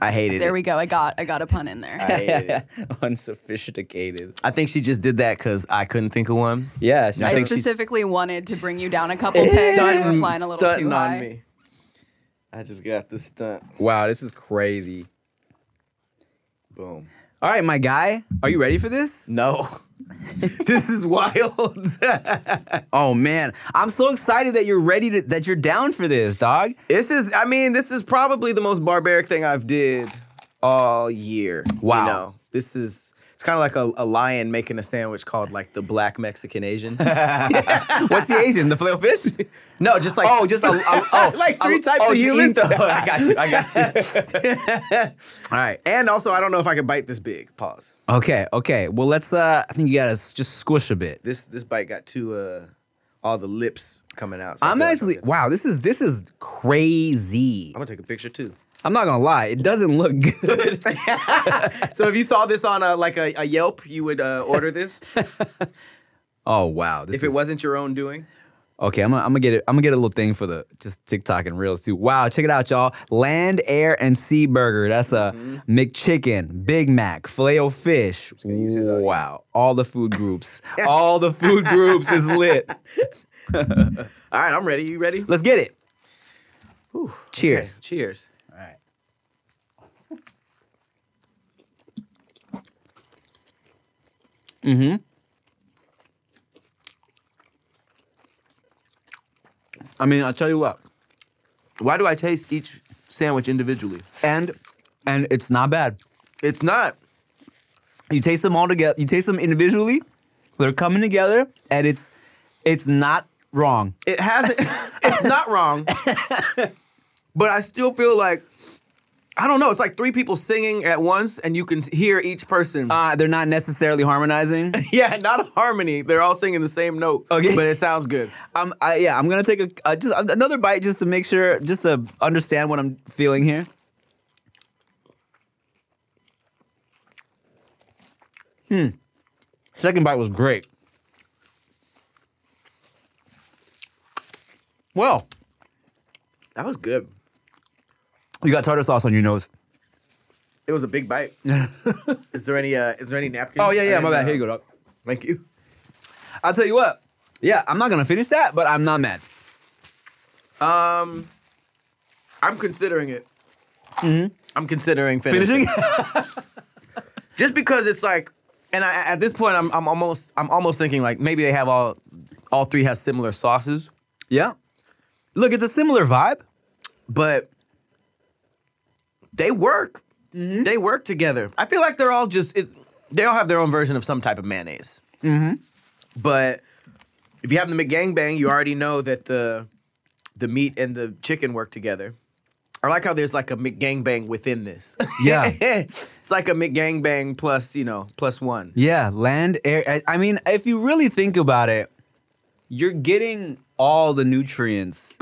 I hated
there
it.
we go. I got I got a pun in there.
I hated it.
Unsophisticated.
I think she just did that because I couldn't think of one.
Yeah, she
I,
thinks she's-
specifically wanted to bring you down a couple pegs. You were flying a little too
Stunting
high.
on me. I just got the stunt.
wow, this is crazy.
Boom.
All right, my guy, are you ready for this?
No. this is wild.
Oh man, I'm so excited that you're ready to that you're down for this, dog.
this is. I mean, this is probably the most barbaric thing I've did all year.
Wow.
You know, this is. It's kind of like a, a lion making a sandwich called like the black Mexican Asian.
What's the Asian? The filet o fish?
No, just like
Oh, just a, a- oh,
like three
a-
types
oh,
of
just
humans.
eat the- I got you. I got you.
All right, and also I don't know if I could bite this big. Pause.
Okay, okay. Well, let's. uh I think you gotta s- just squish a bit.
This this bite got two uh all the lips coming out. so I
I'm
feel like
actually
good.
wow. This is this is crazy.
I'm gonna take a picture too.
I'm not gonna lie. It doesn't look good.
So if you saw this on a like a, a Yelp, you would uh, order this
oh wow. This
if it
is-
wasn't your own doing.
okay, I'm gonna, I'm gonna get it. I'm gonna get a little thing for the just TikTok and Reels too. Wow, check it out, y'all. Land, air, and sea burger. That's a McChicken, Big Mac, filet o fish. Wow, all the food groups. all the food groups is lit.
All right, I'm ready. You ready?
Let's get it. Cheers.
Cheers.
I mean, I'll tell you what.
Why do I taste each sandwich individually?
And and it's not bad.
It's not.
You taste them all together. You taste them individually. They're coming together, and it's it's not wrong.
It hasn't. it's not wrong. but I still feel like I don't know. It's like three people singing at once, and you can hear each person.
Uh, they're not necessarily harmonizing.
yeah, not a harmony. They're all singing the same note.
Okay.
but it sounds good.
I'm, I, yeah, I'm gonna take a uh, just uh, another bite just to make sure, just to understand what I'm feeling here. Hmm. Second bite was great. Well,
That was good.
you got tartar sauce on your nose.
It was a big bite. is there any? Uh, is there any napkins?
Oh yeah, yeah. My
I
bad. Here
didn't,
you go, dog.
uh, Thank you.
I'll tell you what. Yeah, I'm not gonna finish that, but I'm not mad.
I'm considering it. I'm considering Mm-hmm. finishing.
Finishing?
Just because it's like, and I, at this point, I'm, I'm almost, I'm almost thinking like maybe they have all, all three have similar sauces,
yeah. Look, it's a similar vibe.
but they work. They work together. I feel like they're all just, it, they all have their own version of some type of mayonnaise. Mm-hmm. But if you happen to make gangbang, you already know that the, the meat and the chicken work together. I like how there's like a McGangbang within this.
Yeah.
it's like a McGangbang plus, you know, plus one.
Yeah, land, air. I- I mean, if you really think about it, you're getting all the nutrients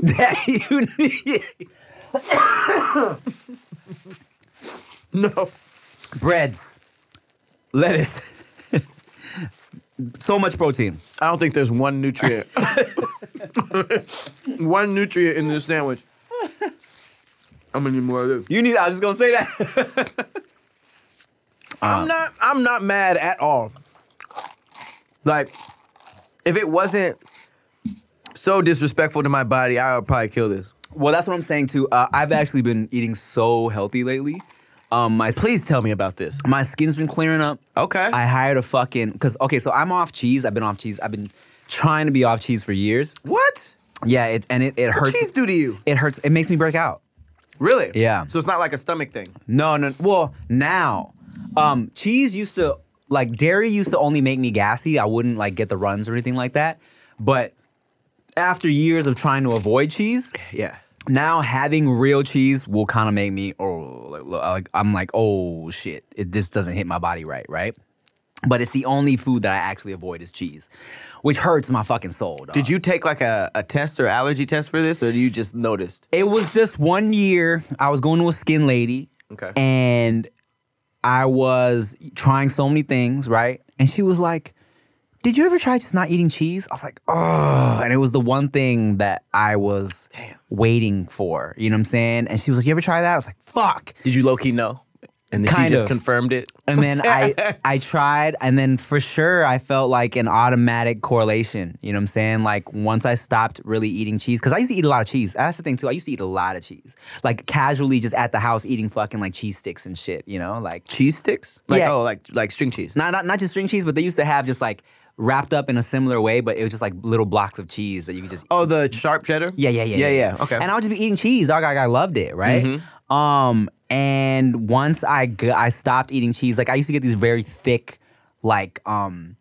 that you need.
No.
Breads, lettuce, so much protein.
I don't think there's one nutrient. one nutrient in this sandwich. I'm gonna need more of this.
You need. I was just gonna say that.
I'm not I'm not mad at all. Like, if it wasn't so disrespectful to my body, I would probably kill this.
well, that's what I'm saying too. Uh, I've actually been eating so healthy lately. Um, my
Please tell me about this.
my skin's been clearing up.
Okay.
I hired a fucking because okay, so I'm off cheese. I've been off cheese. I've been trying to be off cheese for years.
what?
Yeah, it, and it, it hurts.
cheese do to you?
It hurts. It makes me break out.
Really?
Yeah.
So it's not like a stomach thing.
No, no. Well, now, um, cheese used to like dairy used to only make me gassy. I wouldn't like get the runs or anything like that. But after years of trying to avoid cheese,
Yeah.
now having real cheese will kind of make me oh like, like I'm like oh shit it, this doesn't hit my body right right. But it's the only food that I actually avoid is cheese, which hurts my fucking soul. Dog.
Did you take like a, a test or allergy test for this, or you just noticed?
It was just one year. I was going to a skin lady.
Okay.
And I was trying so many things, right? And she was like, Did you ever try just not eating cheese? I was like, Oh. And it was the one thing that I was waiting for. You know what I'm saying? And she was like, You ever try that? I was like, Fuck.
Did you low key know? And then she
Kind
just
of.
confirmed it.
And then I I tried, and then for sure I felt like an automatic correlation. You know what I'm saying? Like once I stopped really eating cheese, because I used to eat a lot of cheese. That's the thing too. I used to eat a lot of cheese, like casually just at the house eating fucking like cheese sticks and shit. You know, like
Cheese sticks? Like
Yeah.
oh, like like string cheese.
not not not just string cheese, but they used to have just like wrapped up in a similar way, but it was just like little blocks of cheese that you could just.
Oh, the sharp cheddar?
Yeah, yeah, yeah,
Yeah, yeah, okay. Mm-hmm.
And I would just be eating cheese, dog. Like I loved it, right? Um, and once I g- I stopped eating cheese, like I used to get these very thick, like um,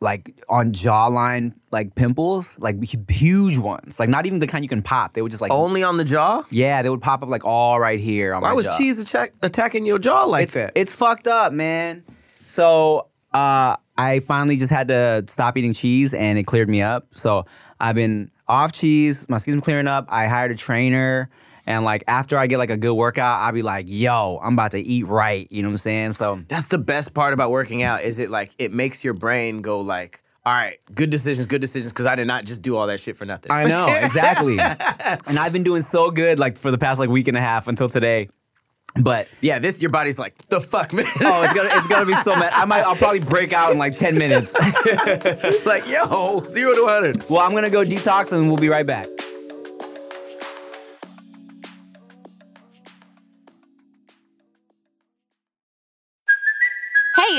like on jawline like pimples, like hu- huge ones, like not even the kind you can pop. They would just like
Only on the jaw?
yeah, they would pop up like all right here on
Why
my
was
jaw.
cheese attack- attacking your jaw like
It's,
that?
it's fucked up, man. So uh, I finally just had to stop eating cheese, and it cleared me up. So I've been off cheese. My skin's been clearing up. I hired a trainer, and like after I get like a good workout, I'll be like, "Yo, I'm about to eat right." You know what I'm saying? So
That's the best part about working out is it like it makes your brain go like, all right, good decisions, good decisions, because I did not just do all that shit for nothing.
I know exactly. and I've been doing so good like for the past like week and a half until today, but.
yeah, this your body's like the fuck, man.
Oh, it's gonna it's gonna be so mad. I might I'll probably break out in like ten minutes.
like yo, zero to hundred.
well, I'm gonna go detox and we'll be right back.
Hey,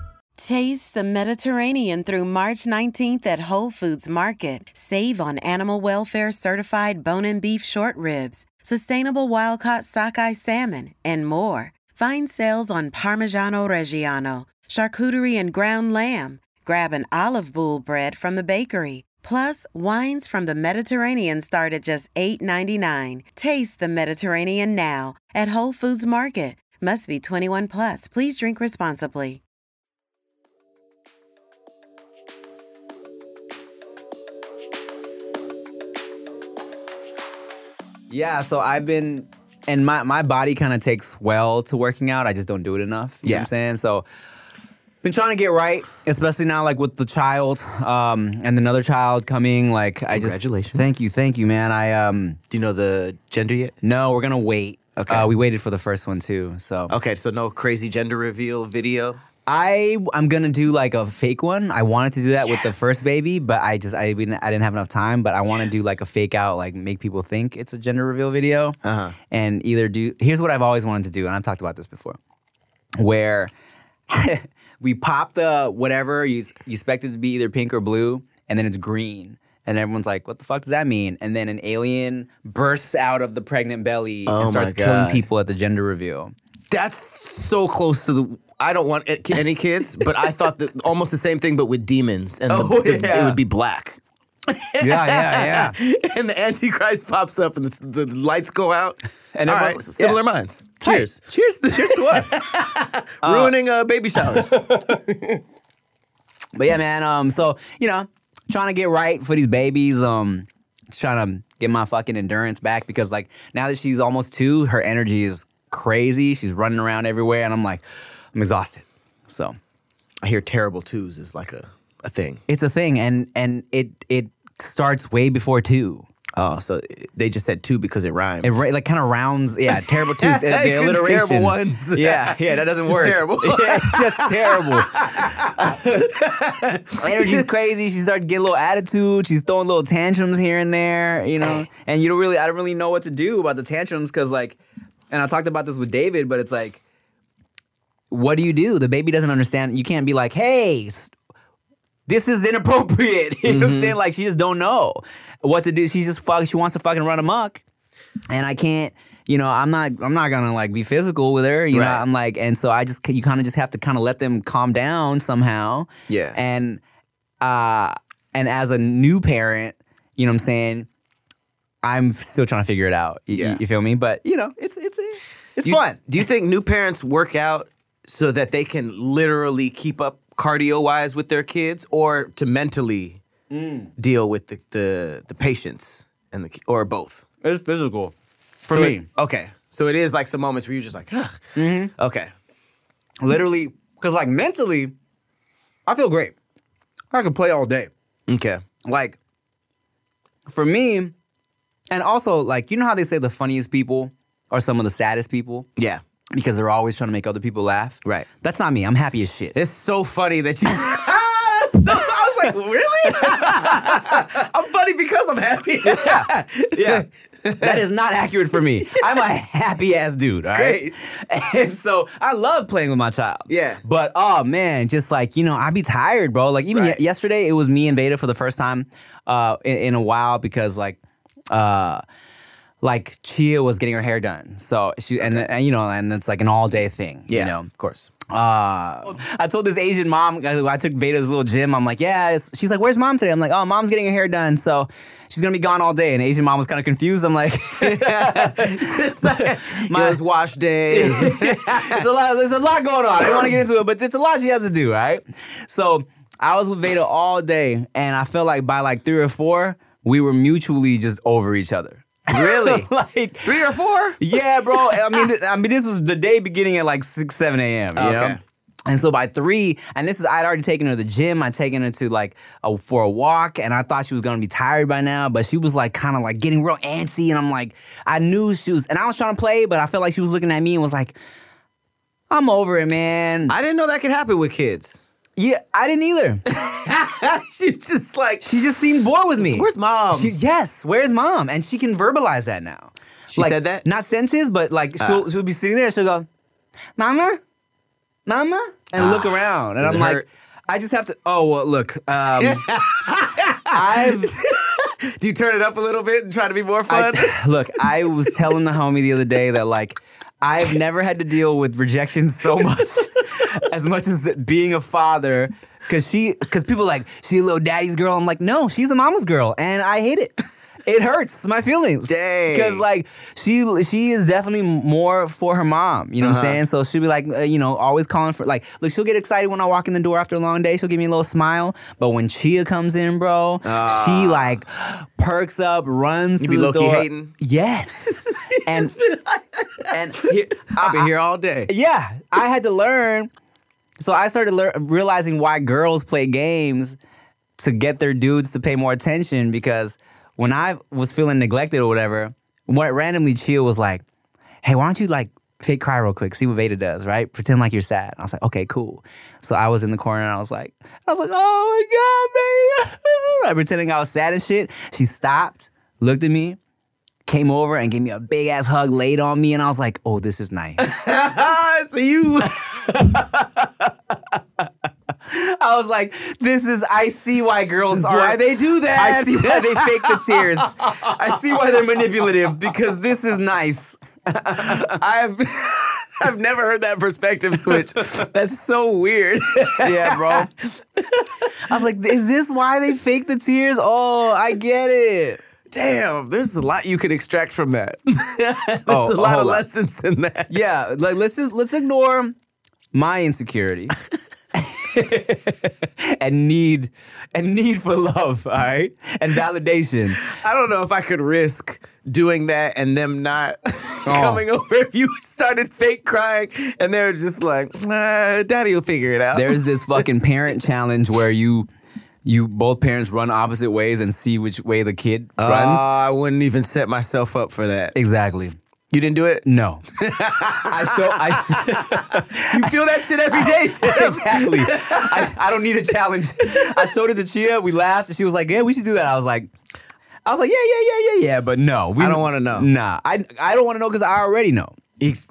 Taste the Mediterranean through March 19th at Whole Foods Market. Save on animal welfare certified bone and beef short ribs, sustainable wild caught sockeye salmon, and more. Find sales on Parmigiano Reggiano, charcuterie and ground lamb. Grab an olive bull bread from the bakery, Plus, wines from the Mediterranean start at just $8.99. Taste the Mediterranean now at Whole Foods Market. Must be 21 plus. Please drink responsibly.
Yeah, so I've been and my my body kind of takes well to working out. I just don't do it enough. You know what I'm saying? So been trying to get right, especially now like with the child um and another child coming like I just
Congratulations.
Thank you. Thank you, man. I um
Do you know the gender yet?
No, we're going to wait.
Okay.
Uh, we waited for the first one too. So
Okay, so no crazy gender reveal video.
I I'm gonna do like a fake one. I wanted to do that with the first baby, but I just I didn't I didn't have enough time. But I want to do like a fake out, like make people think it's a gender reveal video, uh-huh. and either do. Here's what I've always wanted to do, and I've talked about this before, where we pop the whatever you you expect it to be either pink or blue, and then it's green. And everyone's like, "What the fuck does that mean?" And then an alien bursts out of the pregnant belly
Oh
and
my
starts killing
God.
people at the gender reveal.
That's so close to the. I don't want it- any kids, but I thought that almost the same thing, but with demons, and the-
Oh,
the-
yeah.
it would be black.
Yeah, yeah, yeah.
and the Antichrist pops up, and the, the lights go out, and
All
everyone
right,
similar
yeah.
minds.
Tight.
Cheers! Cheers! Cheers to us. Ruining uh, baby showers.
But yeah, man. Um, so you know, trying to get right for these babies. Um, just trying to get my fucking endurance back because like now that she's almost two, her energy is crazy. She's running around everywhere, and I'm like, I'm exhausted. So
I hear terrible twos is like a, a thing.
it's a thing, and and it it starts way before two.
Oh, so they just said two because it rhymed.
It right, like kind of rounds. Yeah, terrible twos. the
Like, it's
alliteration.
terrible ones.
Yeah, yeah, that doesn't
It's just
work.
terrible.
yeah, it's just terrible. Energy's crazy. She started getting a little attitude. She's throwing little tantrums here and there, you
Eh.
know. And you don't really, I don't really know what to do about the tantrums because, like, and I talked about this with David, but it's like, what do you do? The baby doesn't understand. You can't be like, hey, s- this is inappropriate. you know
Mm-hmm.
what I'm saying? Like, she just don't know what to do. She just fuck. She wants to fucking run amok and I can't, you know, I'm not, I'm not gonna like be physical with her, you know.
Right.
I'm like, and so I just, you kind of just have to kind of let them calm down somehow.
Yeah.
And, uh, and as a new parent, you know what I'm saying. I'm still trying to figure it out. Y- y-
Yeah.
You feel me? But you know, it's it's it's
Do you-
fun.
Do you think new parents work out so that they can literally keep up cardio wise with their kids, or to mentally deal with the, the the patients and the ki- or both?
It's physical. For
So
me,
it- okay. So it is like some moments where you're just like, ugh. Okay.
literally, because like mentally, I feel great. I could play all day.
Okay.
like for me and also like you know how they say the funniest people are some of the saddest people
Yeah.
because they're always trying to make other people laugh
Right.
that's not me i'm happy as shit
It's so funny that you. so, I was like, really? I'm funny because I'm happy. yeah.
yeah that is not accurate for me i'm a happy ass dude all right and so i love playing with my child
Yeah.
but oh man just like you know i be tired bro like even
Right.
ye- yesterday it was me and veda for the first time uh in, in a while because like uh like Chia was getting her hair done, so she and, and you know, and it's like an all day thing, you
Yeah,
know.
of course.
Uh, I told this Asian mom, I I took Veda's little gym. I'm like, yeah. it's- She's like, where's mom today? I'm like, oh, mom's getting her hair done. So she's going to be gone all day. And Asian mom was kind of confused. I'm like,
My was wash day.
it's a lot, there's a lot going on. I don't want to get into it, but it's a lot she has to do, right? So I was with Veda all day. And I felt like by like three or four, we were mutually just over each other.
Really?
like,
Three or four?
yeah, bro. I mean, th- I mean, this was the day beginning at like six, seven a.m. You know.
Okay.
And so by three, and this is I'd already taken her to the gym. I'd taken her to like a, for a walk, and I thought she was gonna be tired by now, but she was like kind of like getting real antsy, and I'm like, I knew she was, and I was trying to play, but I felt like she was looking at me and was like, "I'm over it, man."
I didn't know that could happen with kids.
yeah, I didn't either.
She's just like,
she just seemed bored with me.
where's mom?
She, yes, where's mom? And she can verbalize that now. She
said that? Ah.
Not senses, but like she'll, she'll be sitting there and she'll go, Mama, Mama, and look around. And
Ah. does
I'm
it
like,
hurt?
I just have to, oh, well, look, um, I've,
Do you turn it up a little bit and try to be more fun?
I, look, I was telling the homie the other day that like, I've never had to deal with rejection so much, as much as being a father Cause she, cause people are like she a little daddy's girl. I'm like, no, she's a mama's girl, and I hate it. It hurts my feelings. Dang. Cause like she, she is definitely more for her mom. You know what
Uh-huh.
I'm saying? So she'll be like, uh, you know, always calling for like, look, she'll get excited when I walk in the door after a long day. She'll give me a little smile. But when Chia comes in, bro, she like perks up, runs.
You be
through the
low-key
door.
hating?
Yes. and and here, I'll
be here all day.
Yeah, I had to learn. So I started lear- realizing why girls play games to get their dudes to pay more attention because when I was feeling neglected or whatever, what randomly Chia was like, "Hey, why don't you like fake cry real quick, see what Veda does, right? Pretend like you're sad." I was like, "Okay, cool." So I was in the corner and I was like, I was like, "Oh my god, baby!" like, pretending I was sad and shit. She stopped, looked at me, came over and gave me a big ass hug, laid on me, and I was like, "Oh, this is nice."
so you.
I was like, this is, I see why girls
is
are.
why they do that.
I see why they fake the tears. I see why they're manipulative because this is nice.
I've I've never heard that perspective switch. That's so weird.
yeah, bro. I was like, is this why they fake the tears? Oh, I get it.
Damn, there's a lot you can extract from that. there's
Oh,
a lot
hold
of
on.
lessons in that.
Yeah, like let's just let's ignore my insecurity and need and need for love, all right? And validation.
I don't know if I could risk doing that and them not coming over if you started fake crying and they're just like, "Nah, daddy will figure it out.
There's this fucking parent challenge where you you both parents run opposite ways and see which way the kid
Uh,
runs.
I wouldn't even set myself up for that.
Exactly.
You didn't do it?
No. I so I
You feel that shit every day, Tim.
exactly. I, I don't need a challenge. I showed it to Chia. We laughed. And she was like, "Yeah, we should do that." I was like, "I was like, yeah, yeah, yeah, yeah, yeah." But no, we
I don't wanna know.
Nah, I I don't want to know because I already know.
Ex-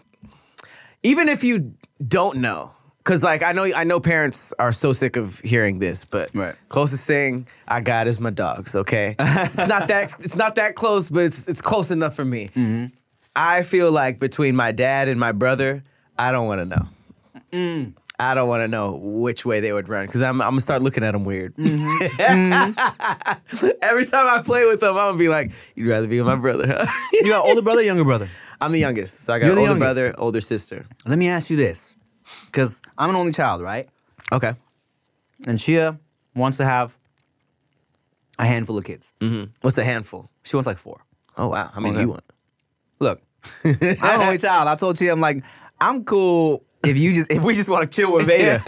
even if you don't know because like i know i know parents are so sick of hearing this but
Right.
closest thing i got is my dogs okay it's not that it's not that close but it's it's close enough for me
Mm-hmm.
i feel like between my dad and my brother i don't want to know
Mm.
I don't want to know which way they would run because I'm, I'm gonna start looking at them weird.
Mm-hmm.
Every time I play with them, I'm gonna be like, "You'd rather be with my brother, huh?"
You got older brother, younger brother.
I'm the youngest, so I got
You're the
older
youngest.
brother, older sister.
Let me ask you this, because I'm an only child, right?
Okay.
And Chia wants to have a handful of kids.
What's a handful?
She wants like four.
Mm-hmm. Oh wow, how many
Okay.
you want?
Look, I'm an only child. I told you, I'm like, I'm cool if you just if we just want to chill with Veda.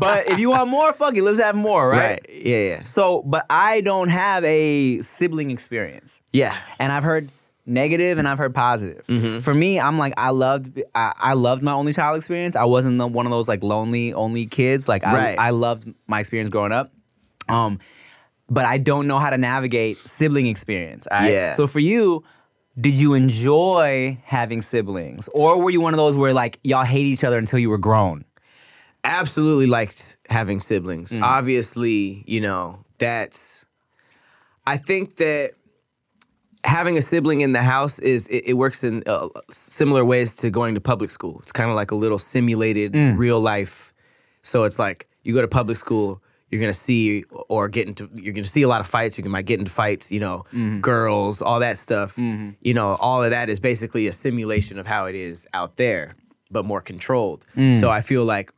but if you want more, fuck it, let's have more, right?
Yeah, yeah.
So, but I don't have a sibling experience,
Yeah.
and I've heard negative and I've heard positive.
Mm-hmm.
For me, I'm like, I loved, I, I loved my only child experience. I wasn't the- one of those like lonely only kids. Like, I,
Right.
I loved my experience growing up. Um, but I don't know how to navigate sibling experience. all right?
Yeah.
So for you, did you enjoy having siblings, or were you one of those where like y'all hate each other until you were grown?
Absolutely liked having siblings. Obviously, you know, that's I think that having a sibling in the house is it, it works in uh, similar ways to going to public school. It's kind of like a little simulated real life. So it's like you go to public school, you're gonna see or get into you're gonna see a lot of fights. You might get into fights, you know, girls, all that stuff. You know, all of that is basically a simulation of how it is out there, but more controlled. So I feel like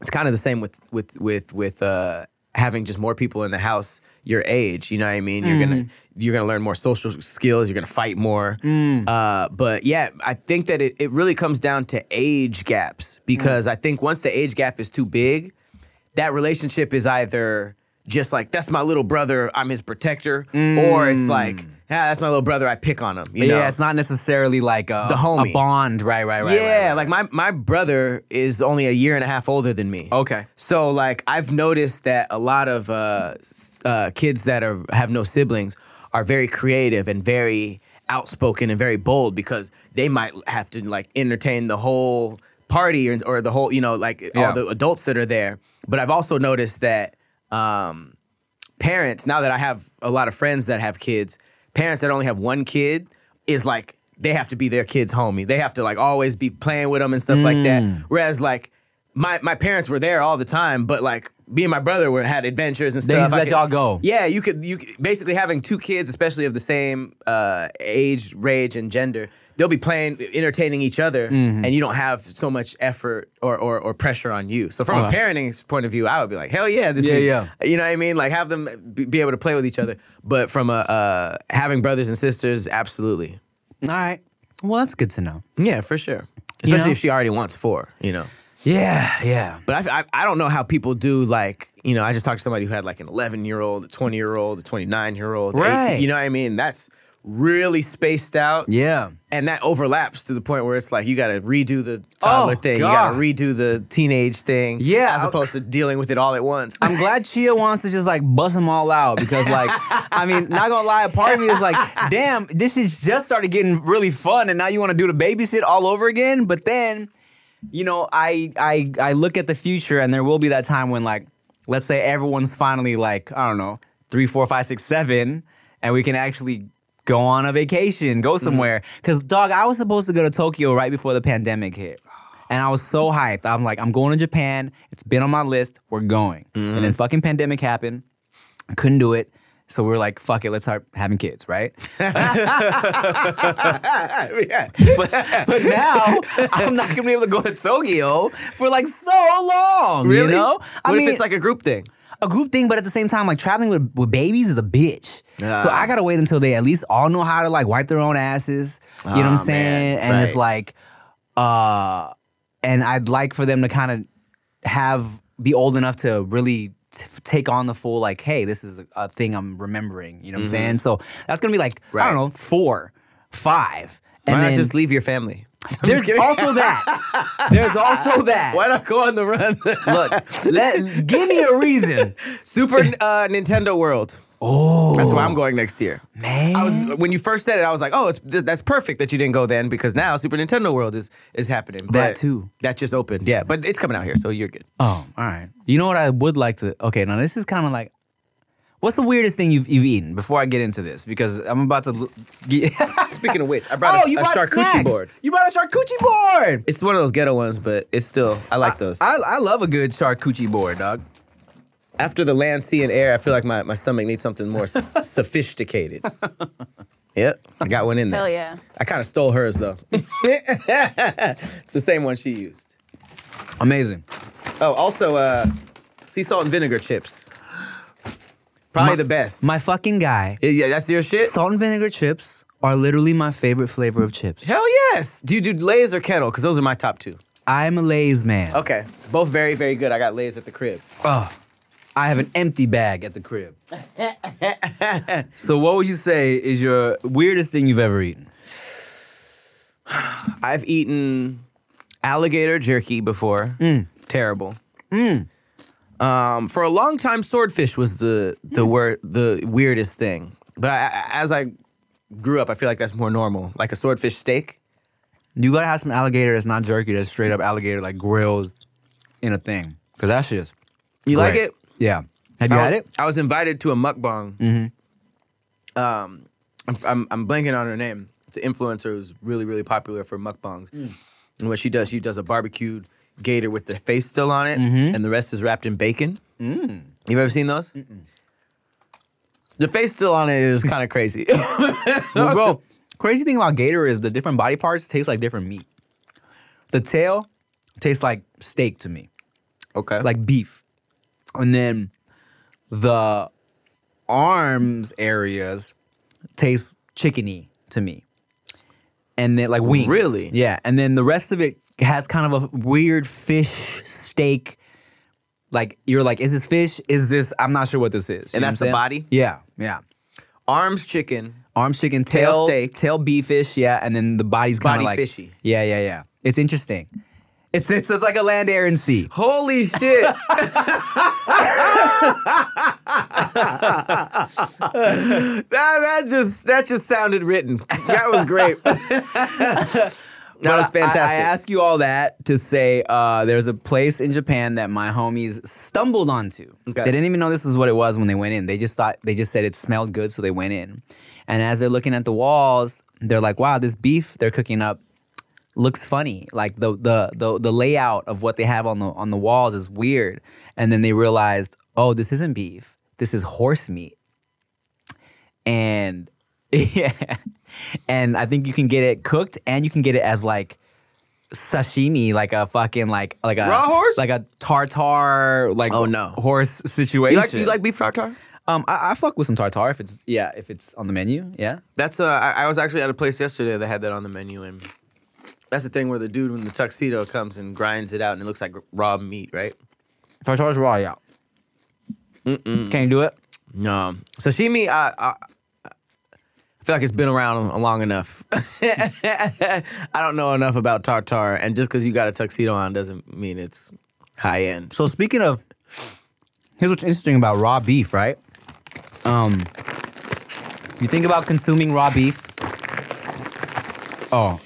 it's kind of the same with with with with uh having just more people in the house your age you know what i mean you're gonna you're gonna learn more social skills you're gonna fight more uh, but yeah i think that it, it really comes down to age gaps because i think once the age gap is too big that relationship is either just like that's my little brother i'm his protector or it's like ah, that's my little brother i pick on him you know
yeah, it's not necessarily like a,
The homie.
a bond, right? Right? Right?
yeah,
right, right.
like my my brother is only a year and a half older than me.
Okay.
So like I've noticed that a lot of uh, s- uh, kids that are have no siblings are very creative and very outspoken and very bold because they might have to like entertain the whole party or, or the whole you know like
Yeah.
all the adults that are there. But I've also noticed that um, parents now that I have a lot of friends that have kids, parents that only have one kid is like they have to be their kids' homie. They have to like
Mm.
always be playing with them and stuff like that. Whereas like my my parents were there all the time, but like me and my brother were had adventures and
They
stuff.
just
I
let
could-
y'all go.
Yeah, you could you could- basically having two kids, especially of the same uh, age, rage, and gender. They'll be playing, entertaining each other,
Mhm.
and you don't have so much effort or or, or pressure on you. So from
Okay.
a parenting point of view, I would be like, hell yeah, this
Yeah,
means-
yeah.
You know what I mean? Like have them be, be able to play with each other. But from a uh, having brothers and sisters, absolutely.
All right. Well, that's good to know.
Yeah, for sure.
You
Especially
know?
if she already wants four, you know.
Yeah, yeah.
But I, I, I don't know how people do like you know I just talked to somebody who had like an 11 year old, a 20 year old, a 29 year old,
Right.
You know what I mean? That's really spaced out.
Yeah.
And that overlaps to the point where it's like you got to redo the toddler
Oh,
thing,
God.
you got to redo the teenage thing.
Yeah,
as
I-
opposed to dealing with it all at once.
I'm glad Chia wants to just like bust them all out because like I mean, not gonna lie, a part of me is like, damn, this is just started getting really fun, and now you want to do the babysit all over again. But then, you know, I I I look at the future, and there will be that time when like, let's say everyone's finally like, I don't know, three, four, five, six, seven, and we can actually go on a vacation, go somewhere. Because dog, I was supposed to go to Tokyo right before the pandemic hit. And I was so hyped. I'm like, I'm going to Japan. It's been on my list. We're going. And then fucking pandemic happened. I couldn't do it. So we were like, fuck it, let's start having kids, right? but, but now I'm not gonna be able to go to Tokyo for like so long.
Really?
You know?
What if it's like a group thing?
A group thing, but at the same time, like traveling with, with babies is a bitch. so
Ah.
I gotta wait until they at least all know how to like wipe their own asses. You know what
Ah,
I'm saying?
man.
And it's
Right.
like, uh, and I'd like for them to kind of have be old enough to really t- take on the full like, hey, this is a, a thing I'm remembering. You know what
Mhm.
I'm saying? So that's gonna be like I don't know, four, five,
Why
and
not
then
just leave your family?
there's also that. There's also that.
Why not go on the run?
Look, let give me a reason.
Super uh, Nintendo World.
Oh,
that's where I'm going next year.
Man,
I was when you first said it, I was like, oh, it's, th- that's perfect that you didn't go then because now Super Nintendo World is is happening. But
That too.
That just opened. Yeah, but it's coming out here, so you're good.
Oh, all right. You know what I would like to? Okay, now this is kind of like, what's the weirdest thing you've you've eaten? Before I get into this, because I'm about to. l- Get,
Speaking of which, I brought a,
Oh, you
a
brought
charcuterie
snacks.
board.
You brought a charcuterie board.
It's one of those ghetto ones, but it's still I like those.
I, I love a good charcuterie board, dog.
After the land, sea, and air, I feel like my, my stomach needs something more s- sophisticated. Yep, I got one in there.
Hell yeah.
I kind of stole hers though. it's the same one she used.
Amazing.
Oh, also uh, sea salt and vinegar chips. Probably
My-
the best.
My fucking guy.
Yeah, that's your shit.
Salt and vinegar chips are literally my favorite flavor of chips.
Hell yes. Do you do Lay's or Kettle? Because those are my top two.
I'm a Lay's man.
Okay. Both very, very good. I got Lay's at the crib.
Oh, I have an empty bag at the crib. so, what would you say is your weirdest thing you've ever eaten?
I've eaten alligator jerky before. Terrible. Mm. Um, for a long time, swordfish was the the word the weirdest thing. But I, I- as I grew up, I feel like that's more normal, like a swordfish steak.
You gotta have some alligator that's not jerky, that's straight up alligator, like grilled in a thing. Cause that shit is.
You like
great.
it?
Yeah. Have you
I,
had it?
I was invited to a mukbang.
Mm-hmm.
Um, I'm, I'm I'm blanking on her name. It's an influencer who's really really popular for mukbangs.
Mm.
And what she does, she does a barbecued gator with the face still on it,
Mhm.
and the rest is wrapped in bacon.
Mm.
You've ever seen those? The face still on it is kind of crazy.
Well, bro, crazy thing about gator is the different body parts taste like different meat. The tail tastes like steak to me.
Okay.
Like beef. And then the arms areas taste chickeny to me. And then like wings.
Really?
Yeah. And then the rest of it has kind of a weird fish steak. Like you're like, is this fish? Is this I'm not sure what this is. You
And
know
that's
what I'm
the
saying?
body?
Yeah. Yeah.
Arms chicken.
Arms chicken,
Tail
tail,
steak.
tail beefish, yeah, and then the body's kind
Body
of like
fishy.
Yeah, yeah, yeah. It's interesting. It's it's, it's like a land, air, and sea.
Holy shit. that, that just that just sounded written. That was great. that
But
was
I- I- I,
fantastic.
ask you all that to say uh, there's a place in Japan that my homies stumbled onto. They didn't even know this is what it was when they went in. They just thought they just said it smelled good, so they went in. And as they're looking at the walls, they're like, "Wow, this beef they're cooking up looks funny. Like the the the the layout of what they have on the on the walls is weird. And then they realized, oh, this isn't beef. This is horse meat. And yeah, and I think you can get it cooked, and you can get it as like sashimi, like a fucking like like a
Raw horse?
like a tartar like
Oh, no.
horse situation.
You like you like beef tartare?
Um, I, I fuck with some tartar if it's yeah if it's on the menu. Yeah,
That's uh, I, I was actually at a place yesterday that had that on the menu, and that's the thing where the dude in the tuxedo comes and grinds it out, and it looks like raw meat, right?
tartar's raw. Yeah,
Mm.
can't do it.
No, sashimi. I, I I feel like it's been around long enough. I don't know enough about tartar, and just because you got a tuxedo on doesn't mean it's high end.
So speaking of, here's what's interesting about raw beef, right? Um, you think about consuming raw beef. Oh,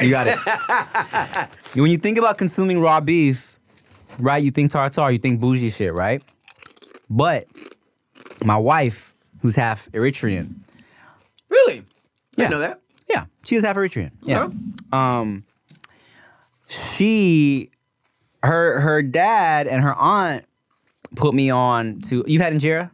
you got it. when you think about consuming raw beef, right? You think tartar, you think bougie shit, right? But my wife, who's half Eritrean,
Really?
Yeah.
You know that?
Yeah, she is half Eritrean. Yeah. Um, she, her, her dad and her aunt put me on to. You've had injera.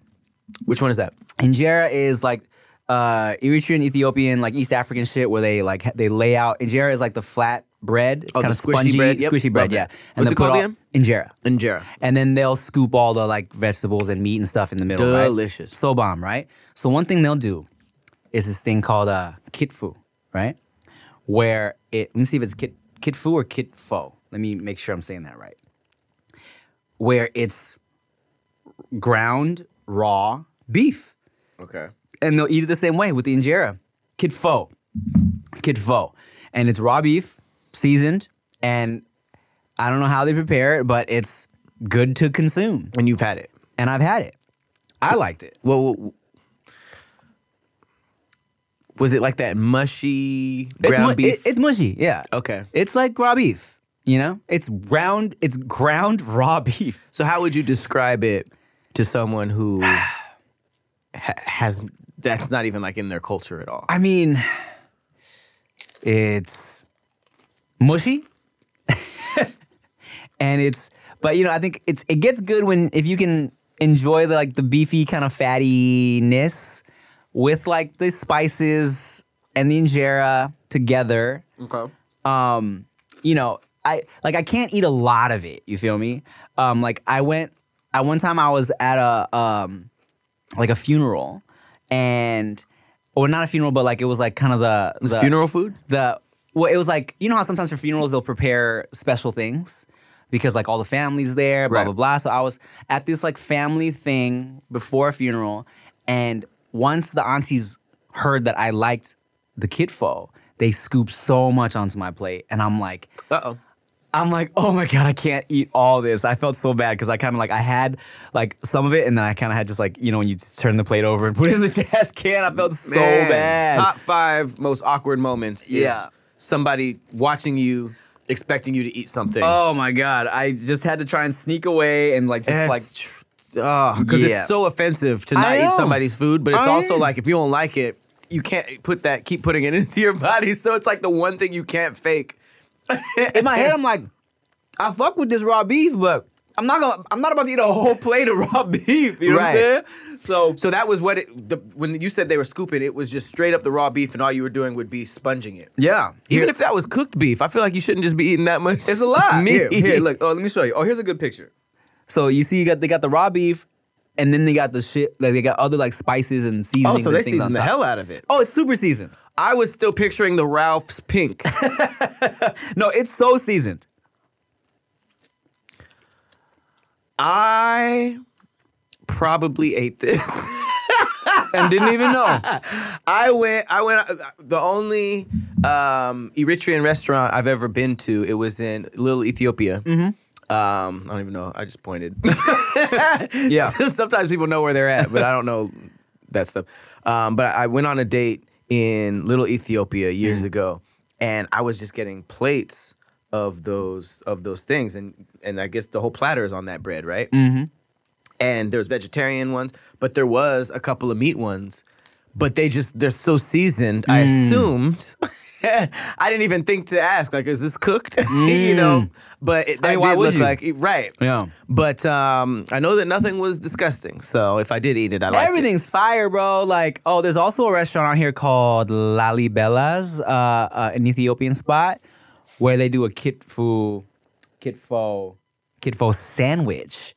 Which one is that?
Injera is like uh, Eritrean, Ethiopian, like East African shit where they like ha- they lay out. Injera is like the flat bread. It's
Oh, the
kind of
squishy
spongy,
bread. Yep,
squishy bread.
love it.
Yeah.
What's
they
it
put
called
all-
again?
Injera.
Injera.
And then they'll scoop all the like vegetables and meat and stuff in the middle. right?
Delicious.
So bomb, right? So one thing they'll do is this thing called uh, kitfu, right? Where it let me see if it's kit kitfu or kitfo. Let me make sure I'm saying that right. Where it's ground raw beef
Okay.
and they'll eat it the same way with the injera. Kid pho. Kid pho. And it's raw beef, seasoned, and I don't know how they prepare it, but it's good to consume.
And you've had it.
And I've had it. I liked it.
Well, w- was it like that mushy
It's,
ground
mu-
beef?
it- it's mushy, yeah.
Okay.
It's like raw beef, you know? It's ground, it's ground raw beef.
so how would you describe it to someone who ha- has that's not even like in their culture at all?
I mean, it's mushy, and it's but you know I think it's it gets good when if you can enjoy the like the beefy kind of fattiness with like the spices and the injera together.
Okay.
Um, you know I like I can't eat a lot of it. You feel me? Um, like I went at one time I was at a um like a funeral and or not a funeral but like it was like kind of the, the
funeral food?
the well it was like you know how sometimes for funerals they'll prepare special things because like all the family's there blah
Right.
blah blah so i was at this like family thing before a funeral and once the aunties heard that i liked the kid foe they scooped so much onto my plate and i'm like
Uh oh.
I'm like, oh my god, I can't eat all this. I felt so bad because I kind of like I had like some of it, and then I kind of had just like you know when you just turn the plate over and put it in the trash can. I felt so
Man,
bad.
Top five most awkward moments. Is
Yeah.
Somebody watching you, expecting you to eat something.
Oh my god, I just had to try and sneak away and like just
That's
like
tr- because
Yeah.
it's so offensive to not
I
eat
know.
somebody's food, but it's
I
also
know.
like if you don't like it, you can't put that, keep putting it into your body. So it's like the one thing you can't fake.
in my head, I'm like, I fuck with this raw beef, but I'm not gonna, I'm not about to eat a whole plate of raw beef. You know
Right.
what I'm saying? So
So that was what it, the, when you said they were scooping, it was just straight up the raw beef, and all you were doing would be sponging it.
yeah,
Even if that was cooked beef, I feel like you shouldn't just be eating that much.
It's a lot.
meat.
Here, here, look. Oh, let me show you. Oh, here's a good picture. So you see, you got they got the raw beef, and then they got the shit. Like they got other like spices and seasonings.
Oh, so they
and things on
seasoned the
top.
hell out of it.
Oh, it's super seasoned.
I was still picturing the Ralph's pink.
No, it's so seasoned.
I probably ate this.
And didn't even know.
I went. I went. uh, The only um, Eritrean restaurant I've ever been to. It was in Little Ethiopia. Um, I don't even know. I just pointed.
Yeah.
Sometimes people know where they're at, but I don't know that stuff. Um, but I went on a date in Little Ethiopia years ago, and I was just getting plates of those of those things, and and I guess the whole platter is on that bread, right? Mm-hmm. And there's vegetarian ones, but there Mm. was a couple of meat ones, but they just they're so seasoned. I assumed I didn't even think to ask. Like, is this cooked? you know, but it, that
mean, why
did
would
look
you?
like right.
Yeah.
But um, I know that nothing was disgusting. So if I did eat it, I liked it.
Everything's fire, bro. Like, oh, there's also a restaurant out here called Lalibela's, uh, uh, an Ethiopian spot where they do a kitfu, kitfo, kitfo sandwich,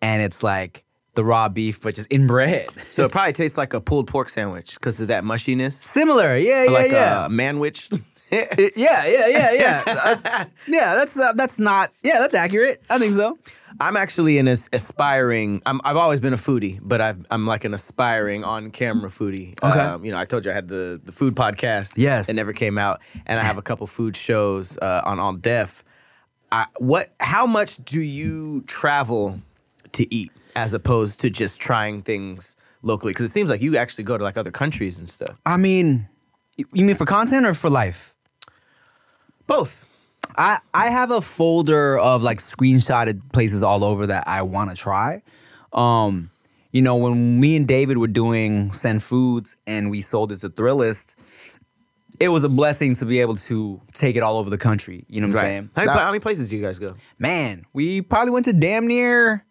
and it's like the raw beef but just in bread.
So it probably tastes like a pulled pork sandwich because of that mushiness,
Similar, yeah, yeah,
like uh,
yeah.
a manwich.
It- yeah, yeah, yeah, yeah, Uh, yeah. That's uh, that's not. Yeah, that's accurate. I think so.
I'm actually an as- aspiring. I'm, I've always been a foodie, but I've, I'm like an aspiring on camera foodie. Okay. Um, you know, I told you I had the the food podcast.
Yes.
It never came out, and I have a couple food shows uh, on on Def. I, what? How much do you travel to eat as opposed to just trying things locally? Because it seems like you actually go to like other countries and stuff.
I mean, y- you mean for content or for life? Both. I I have a folder of like screenshotted places all over that I want to try. Um, you know, when me and David were doing Send Foods and we sold it to Thrillist, it was a blessing to be able to take it all over the country. You know what I'm saying?
How many,
That-
pla- how many places do you guys go?
man, we probably went to damn near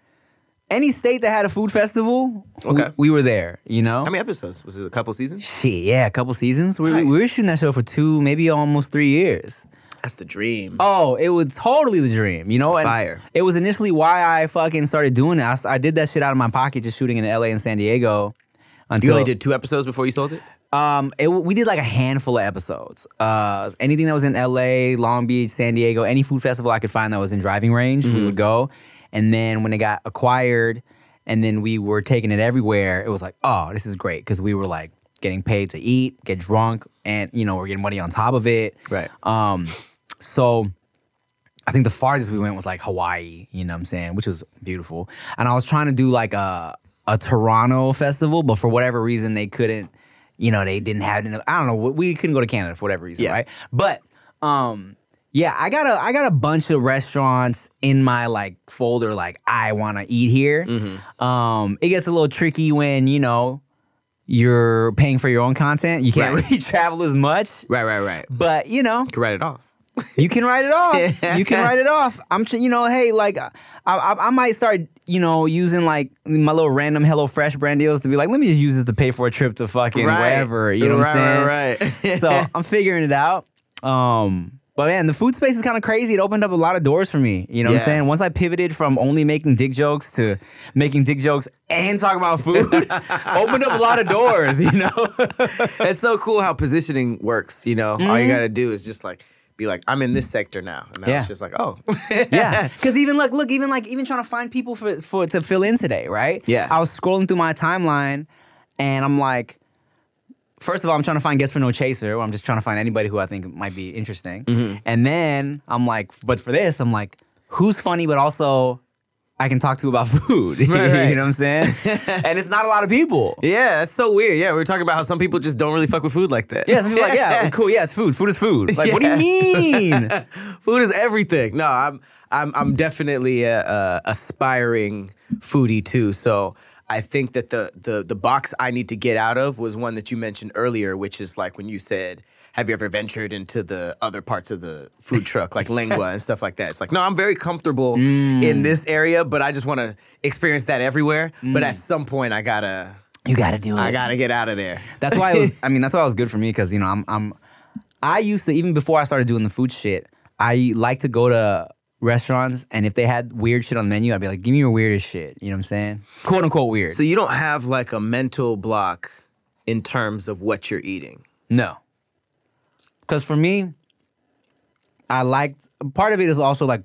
any state that had a food festival.
Okay.
We, we were there, you know?
How many episodes? Was it a couple seasons?
Shit, yeah, a couple seasons. We, we were shooting that show for two, maybe almost three years.
That's the dream.
Oh, it was totally the dream, you know? And
Fire.
It was initially why I fucking started doing it. I, s- I did that shit out of my pocket just shooting in LA and San Diego. Until,
you only did two episodes before you sold it.
um, it, we did like a handful of episodes. Uh, anything that was in LA, Long Beach, San Diego, any food festival I could find that was in driving range, we would go. And then when it got acquired, and then we were taking it everywhere, it was like, oh, this is great because we were like getting paid to eat, get drunk, and you know we're getting money on top of it.
Right.
Um, so I think the farthest we went was like Hawaii, you know what I'm saying, which was beautiful. And I was trying to do like a a Toronto festival, but for whatever reason they couldn't, you know, they didn't have enough. I don't know, we couldn't go to Canada for whatever reason,
Yeah.
right? But um yeah, I got a I got a bunch of restaurants in my like folder like I want to eat here.
Mm-hmm.
Um it gets a little tricky when, you know, you're paying for your own content. You can't
Right.
really travel as much.
Right, right, right.
But, you know,
You can write it off.
you can write it off. you can write it off. I'm, tr- you know, hey, like, I, I, I might start, you know, using like my little random HelloFresh brand deals to be like, let me just use this to pay for a trip to fucking
Right.
wherever. You know what I'm
Right,
saying?
right, right.
so I'm figuring it out. Um, but man, the food space is kind of crazy. It opened up a lot of doors for me. You know what I'm
Yeah.
saying? Once I pivoted from only making dick jokes to making dick jokes and talking about food, opened up a lot of doors. You know?
it's so cool how positioning works. You know, all you gotta do is just like be like, I'm in this sector now, and now
Mm-hmm. Yeah.
it's just like, oh,
yeah because even look look even like even trying to find people for for to fill in today right
Yeah.
i was scrolling through my timeline and i'm like first of all i'm trying to find guests for no chaser or i'm just trying to find anybody who i think might be interesting
Mm-hmm.
and then i'm like but for this i'm like who's funny but also i can talk to about food you
right.
know what i'm saying and it's not a lot of people
yeah, it's so weird. Yeah, we were talking about how some people just don't really fuck with food like that.
yeah, some people are like, yeah, cool, yeah, it's food. Food is food. Like, what do you mean?
food is everything. No, I'm I'm I'm definitely a, a aspiring foodie too. So I think that the the the box I need to get out of was one that you mentioned earlier, which is like when you said. Have you ever ventured into the other parts of the food truck, like lengua and stuff like that? It's like, no, I'm very comfortable in this area, but I just want to experience that everywhere. But at some point, I gotta,
You gotta do it.
I gotta get out of there.
That's why it was. I mean, that's why it was good for me because you know I'm I'm I used to even before I started doing the food shit. I like to go to restaurants and if they had weird shit on the menu, I'd be like, "Give me your weirdest shit." You know what I'm saying? "Quote unquote weird."
So you don't have like a mental block in terms of what you're eating.
no, because for me, I liked part of it is also like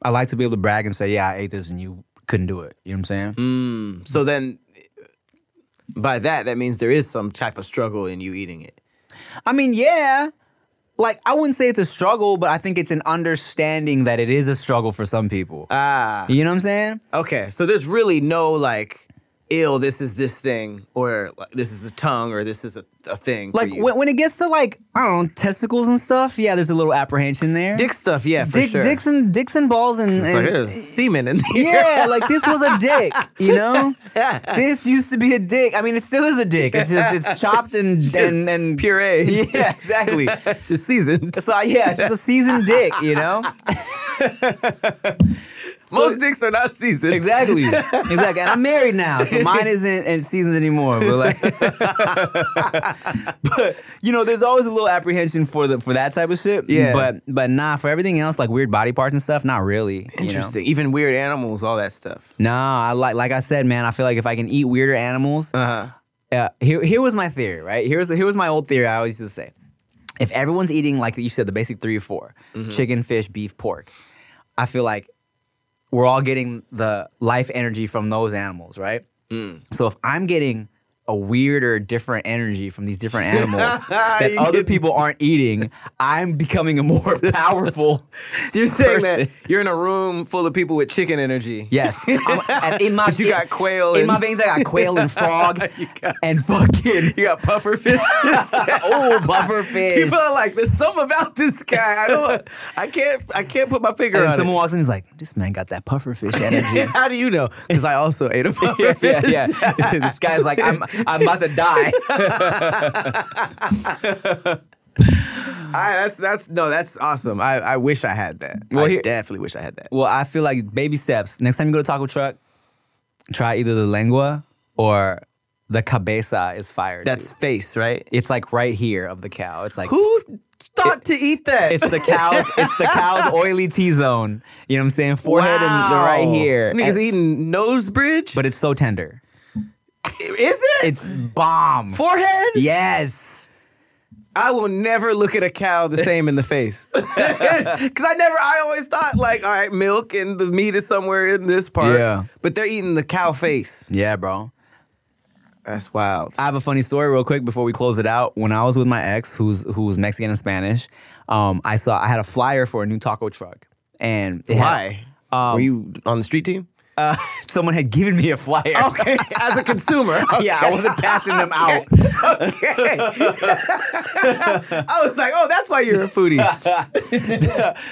I like to be able to brag and say, "Yeah, I ate this and you couldn't do it." You know what I'm saying?
Mm. So then, by that, that means there is some type of struggle in you eating it.
I mean, yeah. Like I wouldn't say it's a struggle, but I think it's an understanding that it is a struggle for some people. Ah, you know what I'm saying?
Okay, so there's really no like ill, this is this thing, or like, this is a tongue, or this is a, a thing. for
Like
you.
when, when it gets to like I don't know testicles and stuff, yeah, there's a little apprehension there.
dick stuff, yeah, for
Dick,
sure.
dicks and dicks and balls and,
It's like,
and-
there's semen in there.
yeah, like this was a dick, you know. this used to be a dick. I mean, it still is a dick. It's just it's chopped and and, and
puree.
Yeah, exactly.
it's just seasoned.
It's like yeah, just a seasoned dick, you know.
Most dicks are not seasoned.
Exactly, exactly. And I'm married now, so mine isn't in seasons anymore. But like, but you know, there's always a little apprehension for the for that type of shit.
Yeah.
But but nah, for everything else, like weird body parts and stuff, not really. you know?
Interesting. Even weird animals, all that stuff.
Nah, I like like I said, man. I feel like if I can eat weirder animals,
Uh huh.
uh, here here was my theory, right? Here's here was my old theory. I always used to say, if everyone's eating like you said, the basic three or 4
Mm-hmm.
chicken, fish, beef, pork, I feel like we're all getting the life energy from those animals, right?
Mm.
So if I'm getting a weirder, different energy from these different animals that
You
other
get-
people aren't eating, I'm becoming a more powerful.
So you're saying that
Person.
you're in a room full of people with chicken energy.
Yes, I'm- and in my
But you got quail
in
and-
my veins. I got quail and frog
You got-
and fucking
You got puffer fish.
oh bufferfish.
People are like, there's something about this guy. I don't. I can't. I can't put my finger
And then
on
someone walks in, he's like, "This man got that pufferfish
it.
energy."
How do you know? Because I also ate a puffer
yeah,
fish.
yeah, yeah. this guy's like, "I'm, I'm about to die."
I, that's that's no. That's awesome. I, I wish I had that.
Well,
I
here-
definitely wish I had that.
well, I feel like baby steps. Next time you go to Taco Truck, try either the lengua or the cabeza is fire. too.
That's face, right?
it's like right here of the cow. It's like
Who thought to eat that?
It's the cow's. it's the cow's oily T zone. You know what I'm saying? Forehead and the right
Wow.
here.
Niggas
And-
eating nose bridge.
but it's so tender.
is it?
It's bomb.
forehead.
yes.
I will never look at a cow the same in the face. Cause I never I always thought like, all right, milk and the meat is somewhere in this part.
Yeah.
But they're eating the cow face.
Yeah, bro.
That's wild.
I have a funny story real quick before we close it out. When I was with my ex, who's who was Mexican and Spanish, um, I saw I had a flyer for a new taco truck, and it had-
Why?
Um,
Were you on the street team?
someone had given me a flyer.
Okay. As a consumer.
Yeah, I wasn't passing them out.
Okay. I was like, oh, that's why you're a foodie.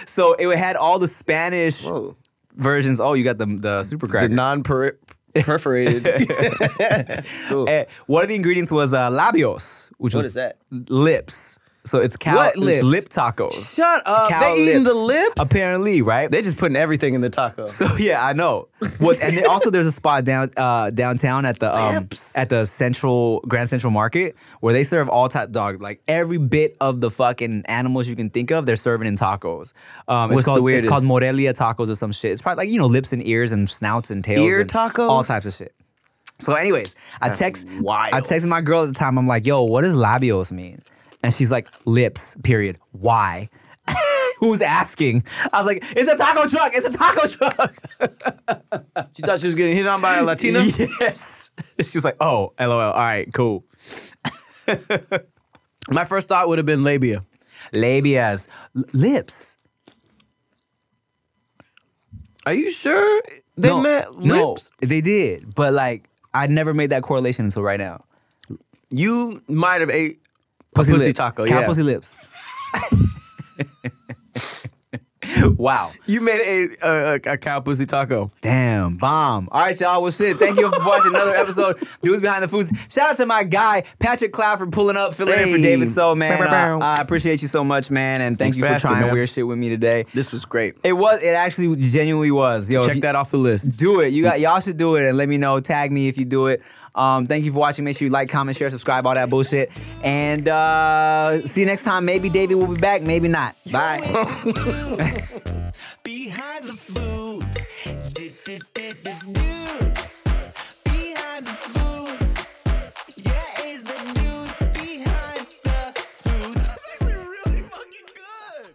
So it had all the Spanish versions. Oh, you got the the super
The
cracker.
non perforated.
Eh, one of the ingredients was uh, labios, which
What
was
is that?
lips. So it's cow
What
it's
lips?
lip tacos.
Shut up.
Cow
they eating the lips?
Apparently, right?
They just putting everything in the taco.
So yeah, I know. What and then also there's a spot down uh, downtown at the um,
Lips.
at the central Grand Central Market where they serve all type dog like every bit of the fucking animals you can think of they're serving in tacos. Um,
What's
it's
the
called it's called
weirdest?
Morelia tacos or some shit. It's probably like you know lips and ears and snouts and tails.
Ear
and
tacos?
all types of shit. So, anyways, I text
wild.
I texted my girl at the time. I'm like, "Yo, what does labios mean?" And she's like, "Lips." Period. Why? Who's asking? I was like, "It's a taco truck. It's a taco truck."
She thought she was getting hit on by a Latina?
yes. She was like, "Oh, lol. All right, cool."
My first thought would have been labia.
Labias, L- lips.
Are you sure they
no,
meant
no,
lips?
they did, but like, I never made that correlation until right now.
You might have ate
Pussy,
pussy
lips.
taco,
Cow
yeah.
pussy lips. wow.
you made a, a, a, a cow pussy taco.
Damn, bomb. All right, y'all. Well, shit. Thank you for watching another episode of Dudes Behind the Foods. Shout out to my guy, Patrick Cloud, for pulling up, filling in for
Hey.
David So, man.
Bow, bow,
Uh,
bow.
I appreciate you so much, man. And thank
Thanks
you
for
for
asking,
trying
man.
weird shit with me today.
This was great.
It was, it actually genuinely was. Yo, if
Check
you-
that off the list.
do it. You got y'all should do it and let me know. Tag me if you do it. Um, thank you for watching. Make sure you like, comment, share, subscribe, all that bullshit. And uh, see you next time. Maybe David will be back. Maybe not. Bye.
Behind the foods. Dudes. Behind the foods. Yeah, is the news behind the foods. That's actually really fucking good.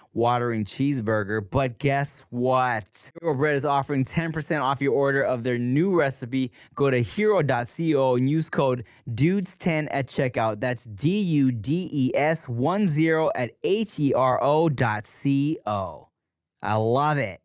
watering cheeseburger. But guess what? Hero Bread is offering 10% off your order of their new recipe. Go to hero.co and use code DUDES10 at checkout. That's D U D E S 10 at H E R O dot C O. I love it.